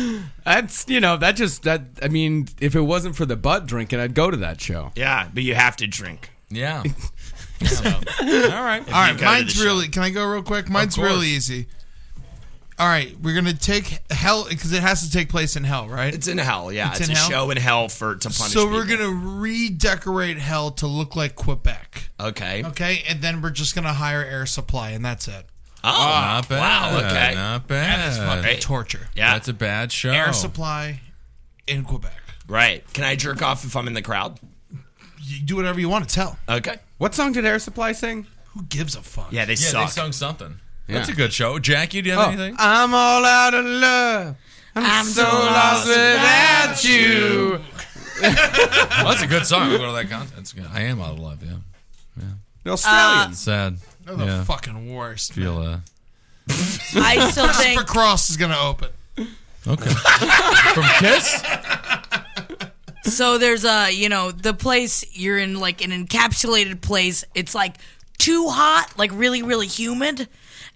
bad. That's you know that just that I mean if it wasn't for the butt drinking I'd go to that show. Yeah, but you have to drink. [laughs] Yeah. All right. All right. If you go to Mine's the show. really. Can I go real quick? Mine's course. really easy. All right. We're gonna take hell because it has to take place in hell, right? It's in hell. Yeah, it's, a show in hell for to punish. So we're gonna redecorate hell to look like Quebec. Okay. Okay, and then we're just gonna hire air supply, and that's it. Oh, not bad. wow, okay. Not bad. That is fucking torture. Yeah. That's a bad show. Air supply in Quebec. Right. Can I jerk off if I'm in the crowd? You do whatever you want to tell. Okay. What song did Air Supply sing? Who gives a fuck? Yeah, they yeah, suck. they sung something. Yeah. That's a good show. Jackie, do you have Oh, anything? I'm all out of love. I'm, so lost without you. Well, that's a good song. We'll go to that concert. That's good. I am out of love. Yeah. Yeah. The Australians. Sad. They're the yeah. fucking worst. Feel uh, I still think- Christopher Cross is gonna open. okay [laughs] from Kiss. So there's a, you know, the place you're in, like an encapsulated place. It's like too hot, like really, really humid,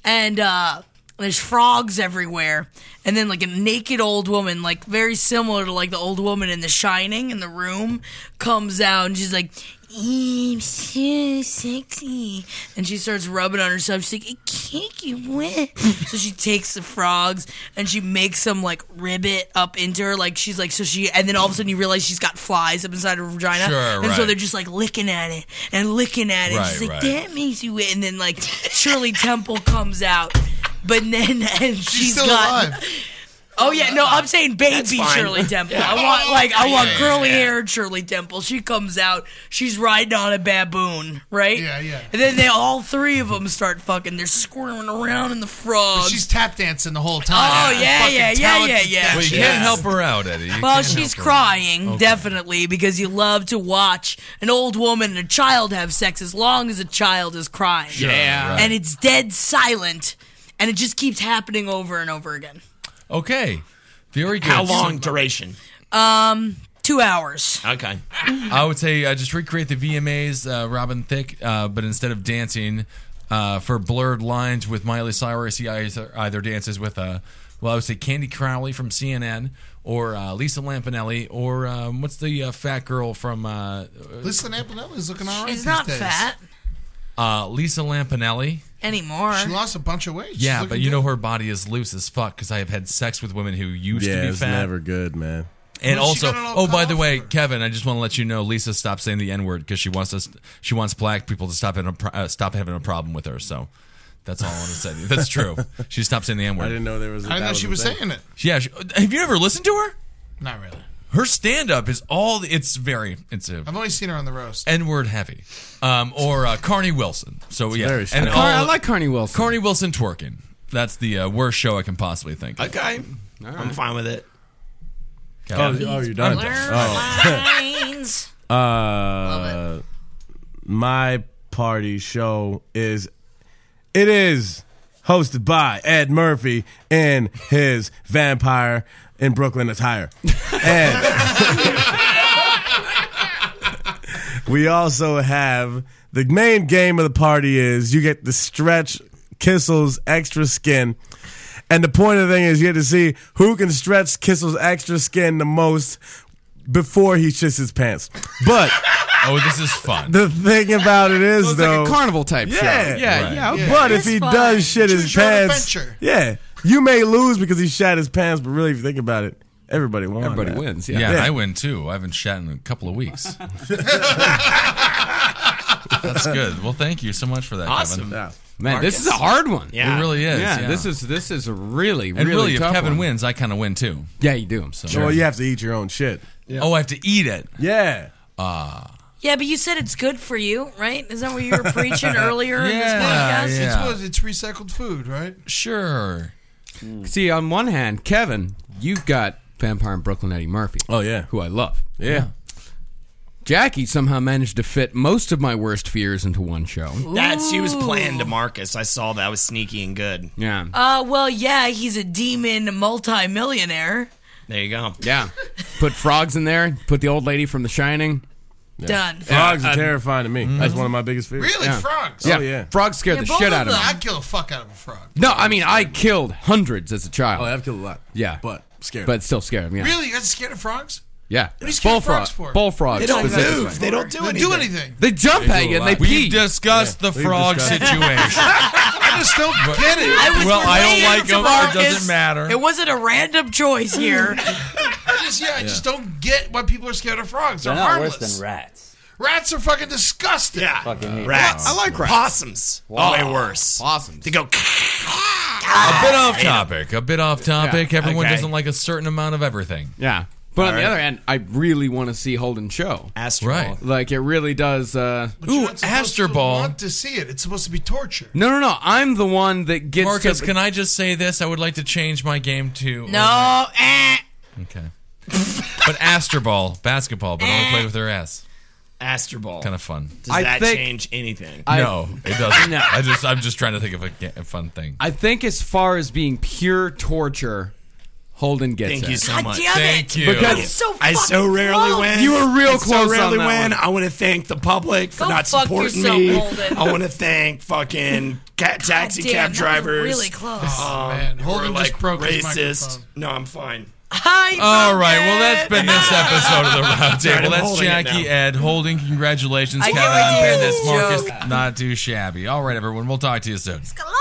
and uh, there's frogs everywhere. And then like a naked old woman, like very similar to like the old woman in The Shining in the room, comes out and she's like. I'm so sexy, and she starts rubbing on herself. She's like, "I can't get wet." so she takes the frogs and she makes them like ribbit up into her. Like she's like, so she, and then all of a sudden you realize she's got flies up inside her vagina, Sure, and so right. they're just like licking at it and licking at it. Right, she's like, right. "That makes you wet," and then like Shirley Temple comes out, but then [laughs] and she's still got. alive. Oh yeah, no, I'm saying That's baby fine. Shirley Temple. Yeah. I want like I want Yeah, yeah, curly yeah. haired Shirley Temple. She comes out, she's riding on a baboon, right? Yeah, yeah. And then they all three of them start fucking. They're squirming around in the frogs. She's tap dancing the whole Oh time. yeah, yeah, yeah, yeah, yeah. Well, you can't help her out, Eddie. You Well, can't she's help her. crying, Okay. definitely, because you love to watch an old woman and a child have sex as long as a child is crying. Sure, Yeah. right. And it's dead silent, and it just keeps happening over and over again. Okay. Very good. How long duration? Um, two hours. Okay. I would say uh, just recreate the VMAs, uh, Robin Thicke, uh, but instead of dancing uh, for blurred lines with Miley Cyrus, he either, either dances with, uh, well, I would say Candy Crowley from CNN or uh, Lisa Lampanelli or um, what's the uh, fat girl from uh, Listen, Appanella's looking all right. She's these not days. fat uh, Lisa Lampanelli? anymore. She lost a bunch of weight. She's Yeah, looking but you know her body is loose as fuck because I have had sex with women who used yeah, to be it's fat. never good, man. And also, oh, by the way, Kevin, I just want to let you know, Lisa stopped saying the N word because she wants us, she wants black people to stop having a, pro- uh, stop having a problem with her. So that's all I want to say. That's true. She stopped saying the N word. I didn't know there was. A, I didn't know that she a was thing. saying it. Yeah. She, have you ever listened to her? Not really. Her stand up is all. It's very. It's a I've only seen her on the roast. N word heavy, um, or uh, Carney Wilson. So yeah, very strange. Uh, Car- I like Carney Wilson. Carney Wilson twerking. That's the uh, worst show I can possibly think. of. Okay. I'm fine with it. Oh, oh, you're done. [laughs] Oh. Lines. Uh, my party show is it is hosted by Ed Murphy and his vampire in Brooklyn [laughs] attire. We also have the main game of the party is you get the stretch Kissel's extra skin. And the point of the thing is you get to see who can stretch Kissel's extra skin the most before he shits his pants. [laughs] But Oh, this is fun. the thing about it is Well, it's like though a carnival type show. Yeah, Yeah, Right. yeah, okay. But It's if he fun. does shit his Choose your own pants, adventure. yeah, you may lose because he shat his pants. But really, if you think about it, everybody won. Everybody man. wins. Yeah. I win too. I haven't shat in a couple of weeks. That's good. Well, thank you so much for that, Awesome. Kevin. Yeah. Man, this is a hard one. It really is. Yeah, Yeah, this is this is a really and really, really, if tough Kevin one. wins, I kind of win too. Yeah, you do. So. Well, you have to eat your own shit. Oh, I have to eat it. Yeah. Ah. Yeah, but you said it's good for you, right? Is that what you were [laughs] preaching earlier in this Yeah, podcast? yeah. It's, what, it's recycled food, right? Sure. See, on one hand, Kevin, you've got Vampire in Brooklyn Eddie Murphy. Oh yeah, who I love. Yeah. Jackie somehow managed to fit most of my worst fears into one show. That she was playing Demarcus. I saw that. I was sneaky and good. Yeah. Uh, well, yeah, he's a demon multimillionaire. There you go. Yeah. Put frogs in there. Put the old lady from The Shining. Done. Frogs Yeah, are I- terrifying to me. That's one of my biggest fears. Really? Frogs? Yeah. Mm-hmm. Oh yeah. Frogs scare the shit out of me. I'd kill the fuck out of a frog. No, I mean I killed hundreds as a child. Oh, I've killed a lot. Yeah, but scared. But still scared. Yeah. Really? You're scared of frogs? Yeah. What are you scared of Bullfrog. frogs for? Bullfrogs. specifically. don't do anything. They jump They do at a you and they lot. We've pee. discussed the We've frog discussed- situation. I just don't get it. I was Well, I don't related like to them, or it Marcus. doesn't matter. It wasn't a random [laughs] choice here. I just, yeah, I just don't get why people are scared of frogs. They're, They're not harmless. worse than rats. Rats are fucking disgusting. Yeah. Fucking hate Rats. I like rats. Possums. Oh, Wow. Way worse. Possums. They go. [laughs] a bit off topic. A bit off topic. Yeah. Everyone Okay. doesn't like a certain amount of everything. Yeah. But on All the right. other hand, I really want to see Holden show. Astro. Right. Like it really does. Uh, You're ooh, not supposed Astro to Ball. want to see it. It's supposed to be torture. No, no, no. I'm the one that gets. Marcus, to, can I just say this? I would like to change my game to No, eh. Okay. [laughs] but Astroball, basketball, but only Eh. play with their ass. Astroball. Kind of fun. Does I that think- change anything? I- no, it doesn't. No. I just I'm just trying to think of a, ga- a fun thing. I think as far as being pure torture, Holden gets Thank it. you so God much. damn Thank it. you. Because- I'm so I so fucking rarely close. win. You were real I close So rarely on that win. one. I want to thank the public for Go not fuck supporting yourself, me. Holden. I want to thank fucking cat taxi damn, cab that was drivers. really [laughs] close. Um, man. who are, Holden just like broke his racist. microphone. No, I'm fine. Hi, All Rogan. right, well that's been this [laughs] episode of the Sorry, roundtable. I'm That's holding it Jackie, now. Ed, holding. Congratulations, I Kevin. guarantee and it's That's a Marcus. joke. Not too shabby. All right, everyone. We'll talk to you soon. Hello.